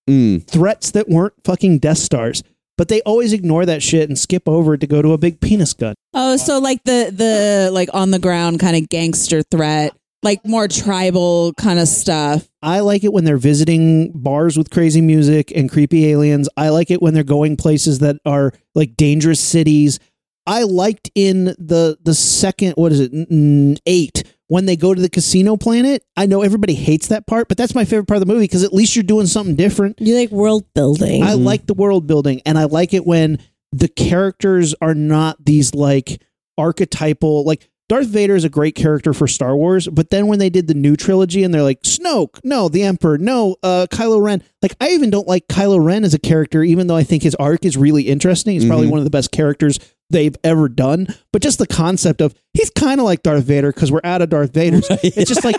C: Mm.
A: threats that weren't fucking Death Stars, but they always ignore that shit and skip over it to go to a big penis gun.
D: Oh, so like the the like on the ground kind of gangster threat, like more tribal kind of stuff.
A: I like it when they're visiting bars with crazy music and creepy aliens. I like it when they're going places that are like dangerous cities. I liked in the the second what is it N- eight when they go to the casino planet. I know everybody hates that part, but that's my favorite part of the movie because at least you're doing something different.
E: you like world building.
A: I like the world building and I like it when the characters are not these like archetypal like Darth Vader is a great character for Star Wars, but then when they did the new trilogy and they're like Snoke, no, the Emperor, no, uh Kylo Ren. Like I even don't like Kylo Ren as a character even though I think his arc is really interesting. He's probably
C: Mhm.
A: one of the best characters they've ever done, but just the concept of he's kind of like Darth Vader cuz we're out of Darth Vader's. It's just like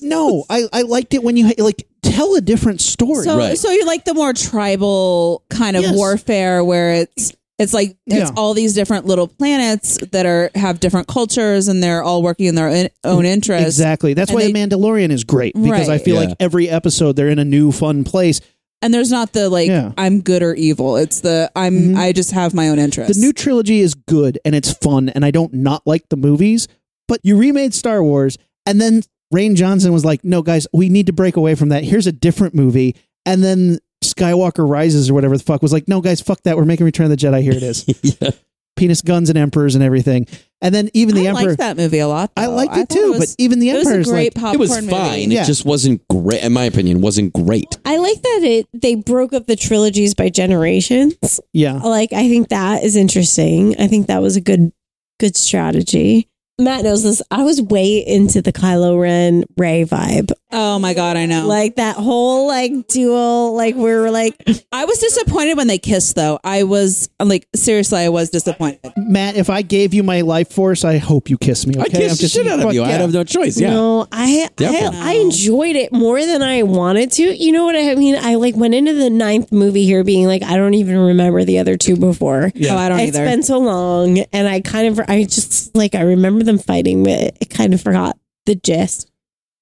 A: no, I I liked it when you like tell a different story.
D: So
C: Right.
D: so you like the more tribal kind of
A: Yes.
D: warfare where it's It's like it's
A: Yeah.
D: all these different little planets that are have different cultures and they're all working in their in- own interests.
A: Exactly. That's
D: And
A: why
D: they-
A: Mandalorian is great because I
D: Right.
A: feel
C: Yeah.
A: like every episode they're in a new fun place.
D: And there's not the like
A: Yeah. Mm-hmm.
D: I'm good or evil. It's the I'm I just have my own
A: The
D: interests.
A: new trilogy is good and it's fun, and I don't not like the movies. But you remade Star Wars, and then Rain Johnson was like, "No, guys, we need to break away from that. Here's a different movie." And then Skywalker Rises or whatever the fuck was like, "No, guys, fuck that. We're making Return of the Jedi. Here it is.
C: yeah.
A: Penis guns and emperors and everything." And then even the
D: I
A: emperor,
D: liked that movie a lot.
A: I
D: though.
A: liked it
D: thought
A: too.
D: was-
A: but even the
D: it was
A: emperor
D: a
A: is like,
D: great
C: It was
D: popcorn
C: fine.
D: movie.
A: Yeah.
C: It just wasn't great, in my opinion, wasn't great.
E: I like that it they broke up the trilogies by generations.
A: yeah,
E: Like I think that is interesting. I think that was a good good strategy. Matt knows this. I was way into the Kylo Ren Ray vibe.
D: Oh my god, I know.
E: Like that whole like duel, like we were like
D: I was disappointed when they kissed though. I was I'm like seriously, I was disappointed.
A: Matt, if I gave you my life force, I hope you kiss me. Okay?
C: I kissed
A: I'm
C: the shit out of
A: fuck
C: you. I
A: yeah.
C: have no choice. Yeah.
E: No, I, I
C: Definitely.
E: I enjoyed it more than I wanted to. You know what I mean? I like went into the ninth movie here being like, I don't even remember the other two before.
D: Yeah. I don't
E: It's
D: either.
E: been so long, and I kind of I just like I remember them fighting, but I kind of forgot the gist.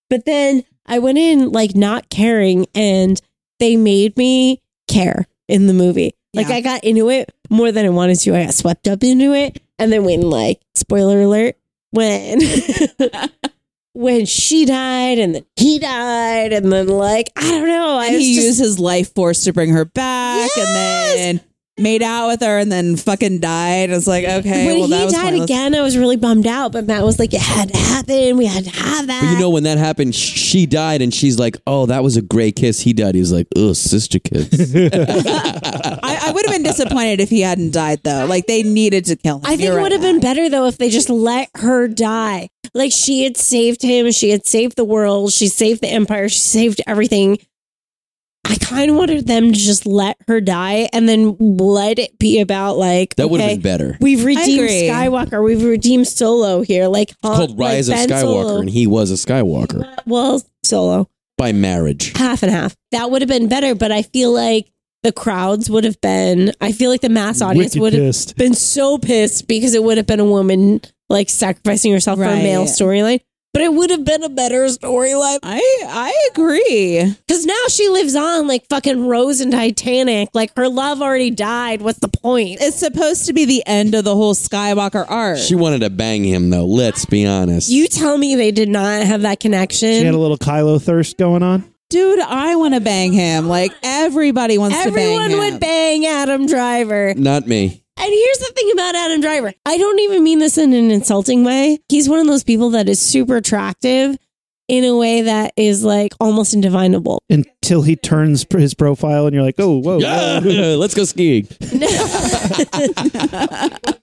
E: But then I went in like not caring, and they made me care in the movie. Like
D: Yeah.
E: I got into it more than I wanted to. I got swept up into it, and then when like spoiler alert, when when she died, and then he died, and then like I don't know, I
D: and
E: was
D: he
E: just
D: used his life force to bring her back
E: Yes!
D: and then made out with her and then fucking died. I was like, okay,
E: when
D: well, that
E: he
D: was
E: died
D: pointless.
E: again, I was really bummed out. But Matt was like, "It had to happen. We had to have that."
C: But you know, when that happened, sh- she died, and she's like, "Oh, that was a great kiss." He died. He's like, "Ugh, sister kiss."
D: I, I would have been disappointed if he hadn't died though. Like they needed to kill him.
E: I think
D: You're
E: it
D: right,
E: would have
D: Matt.
E: been better though if they just let her die. Like she had saved him, she had saved the world, she saved the empire, she saved everything. I kind of wanted them to just let her die and then let it be about like
C: that would have
E: okay,
C: been better.
E: We've redeemed
D: agree.
E: Skywalker. We've redeemed Solo here. Like Han-
C: It's called
E: like
C: Rise of
E: Ben
C: Skywalker,
E: Solo.
C: and he was a Skywalker
E: well, Solo.
C: by marriage.
E: half and half. That would have been better, but I feel like the crowds would have been. I feel like the mass audience
A: Wicked
E: would have
A: pissed.
E: been so pissed because it would have been a woman like sacrificing herself for a male
D: Right.
E: storyline. But it would have been a better storyline
D: I I agree.
E: because now she lives on like fucking Rose and Titanic. Like her love already died. What's the point?
D: It's supposed to be the end of the whole Skywalker arc.
C: She wanted to bang him, though. Let's be honest.
E: You tell me they did not have that
A: She had
E: connection.
A: a little Kylo thirst going on.
D: Dude, I want to bang him. Like everybody wants to bang
E: Everyone
D: him.
E: would bang Adam Driver.
C: Not me.
E: And here's the thing about Adam Driver. I don't even mean this in an insulting way. He's one of those people that is super attractive in a way that is like almost indefinable.
A: until he turns pr- his profile and you're like, oh, whoa.
C: Yeah,
A: whoa."
C: let's go skiing.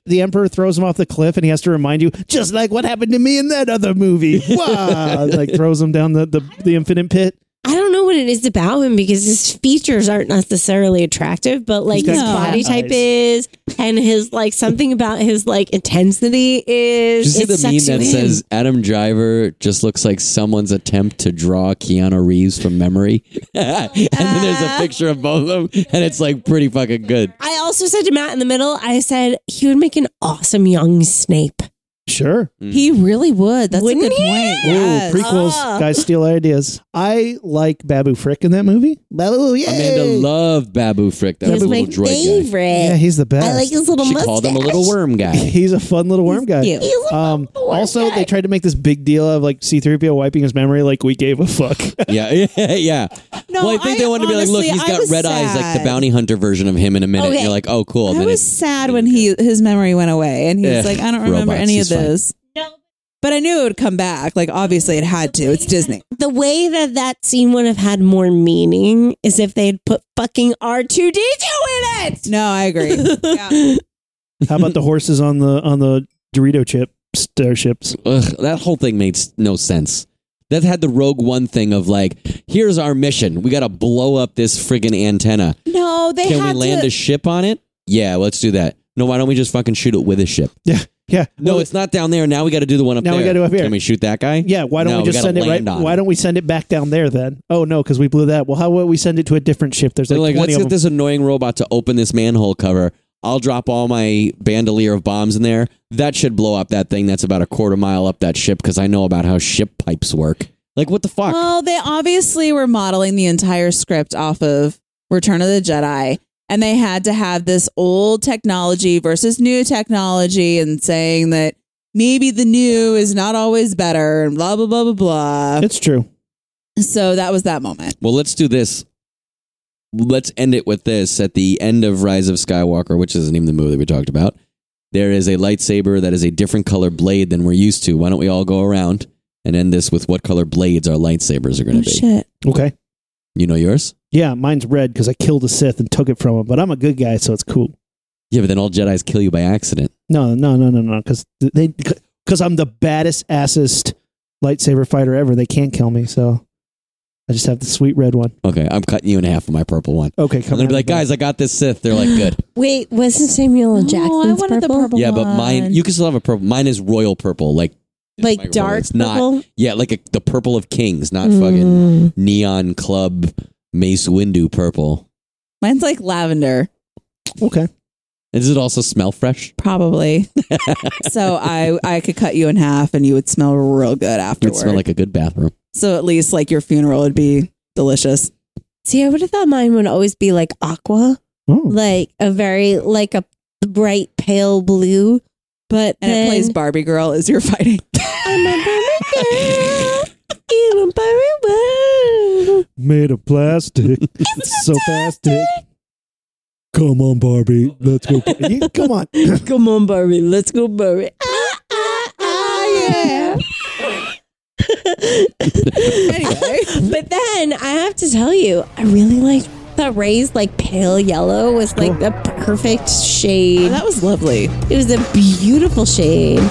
A: The emperor throws him off the cliff and he has to remind you, just like what happened to me in that other movie. Wah! like throws him down the, the, the infinite pit.
E: I don't know what it is about him because his features aren't necessarily attractive, but like
A: He's got
E: his
A: cat
E: body type
A: eyes.
E: is, and his like something about his like intensity
C: Did you
E: is.
C: see
E: it
C: the
E: sucks
C: meme that
E: you in.
C: says Adam Driver just looks like someone's attempt to draw Keanu Reeves from memory? and then there's
D: Uh-huh.
C: a picture of both of them, and it's like pretty fucking good.
E: I also said to Matt in the middle, I said he would make an awesome young Snape.
A: Sure.
C: Mm.
D: He really would. That's
E: Wouldn't
D: a good
E: he?
D: point.
A: Ooh,
D: Yes.
A: prequels.
E: Ah.
A: Guys steal ideas. I like Babu Frick in that movie. Babu, yeah.
C: Amanda loved Babu Frick, that
E: He was
C: little
E: my
C: droid guy.
E: favorite.
A: Yeah, he's the best.
E: I like his little
C: She
E: mustache.
C: called him a little worm guy.
A: He's a fun little worm guy.
D: cute.
E: He's a
A: Um,
E: little worm
A: also,
E: guy.
A: they tried to make this big deal of like C3PO wiping his memory like we gave a fuck.
C: yeah, yeah, yeah.
D: No,
C: well, I think
D: I-
C: they wanted to be like, look,
D: honestly,
C: he's
D: I
C: got
D: was
C: red eyes, like the
D: sad.
C: bounty hunter version of him in a minute.
E: Okay.
C: You're like, oh, cool.
D: I
C: And then
D: was
C: it's-
D: sad when he his memory went away and he was
C: Ugh,
D: like, I don't remember
C: robots,
D: any of
C: he's fine.
D: this.
E: No.
D: But I knew it would come back. Like obviously it had to. It's Disney.
E: the way that that scene would have had more meaning is if they had put fucking R2D2 in it.
D: No, I agree.
A: How about the horses on the on the Dorito chip starships?
C: Ugh, that whole thing made s- no sense. That had the Rogue One thing of like, here's our mission. We got to blow up this friggin' antenna.
D: No, they
C: Can we
D: had
C: land
D: to.
C: a ship on it? Yeah, let's do that. No, why don't we just fucking shoot it with a ship?
A: Yeah, yeah.
C: No, it's not down there. Now we got to do the one up
A: Now
C: there.
A: we gotta do up here.
C: Can we shoot that guy?
A: Yeah, why don't
C: No,
A: we just
C: gotta
A: send it right?
C: land on
A: Why don't we send it back down there then? Oh no, because we blew that. Well, how about we send it to a different ship? There's
C: They're
A: like,
C: like,
A: twenty
C: let's
A: of
C: get
A: them.
C: this annoying robot to open this manhole cover. I'll drop all my bandolier of bombs in there. That should blow up that thing that's about a quarter mile up that ship because I know about how ship pipes work. Like, what the fuck?
D: Well, they obviously were modeling the entire script off of Return of the Jedi, and they had to have this old technology versus new technology, and saying that maybe the new is not always better, and blah blah blah blah blah.
A: It's true.
D: So that was that moment.
C: Well, let's do this. Let's end it with this. At the end of Rise of Skywalker, which isn't even the movie that we talked about, there is a lightsaber that is a different color blade than we're used to. Why don't we all go around and end this with what color blades our lightsabers are going to be?
E: Oh,
D: shit!
A: Okay.
C: You know yours?
A: Yeah, mine's red because I killed a Sith and took it from him, but I'm a good guy, so it's cool.
C: Yeah, but then all Jedi's kill you by accident.
A: No, no, no, no, no, because they because I'm the baddest assest lightsaber fighter ever. They can't kill me, so I just have the sweet red one.
C: Okay, I'm cutting you in half with my purple one.
A: Okay, come
C: And they'll
A: on.
C: be like, guys, I got this Sith. They're like, good.
E: Wait, wasn't Samuel L. Jackson's
D: oh, I wanted the
E: purple?
D: purple.
C: yeah, but mine,
D: one.
C: you can still have a purple. Mine is royal purple, like
E: Like
C: microphone.
E: dark
C: It's not-
E: purple?
C: yeah, like a, the purple of kings, not fucking
E: Mm.
C: neon club Mace Windu purple.
D: mine's like lavender,
A: okay,
C: Does it also smell fresh?
D: probably. so I I could cut you in half, and you would smell real good
C: It
D: afterward.
C: would smell like a good bathroom.
D: so at least like your funeral would be delicious.
E: See, I would have thought mine would always be like aqua,
A: oh,
E: like a very like a bright pale blue. But
D: And
E: then,
D: it plays Barbie Girl as you're fighting.
E: I'm a Barbie girl in a Barbie world.
A: made of plastic, it's so plastic. Come on, Barbie, let's go. Yeah, come on.
E: Come on, Barbie. Let's go, Barbie. Ah, ah, ah, yeah.
D: anyway,
E: But then I have to tell you, I really liked that Ray's like pale yellow was like the perfect shade.
D: that was lovely.
E: It was a beautiful shade.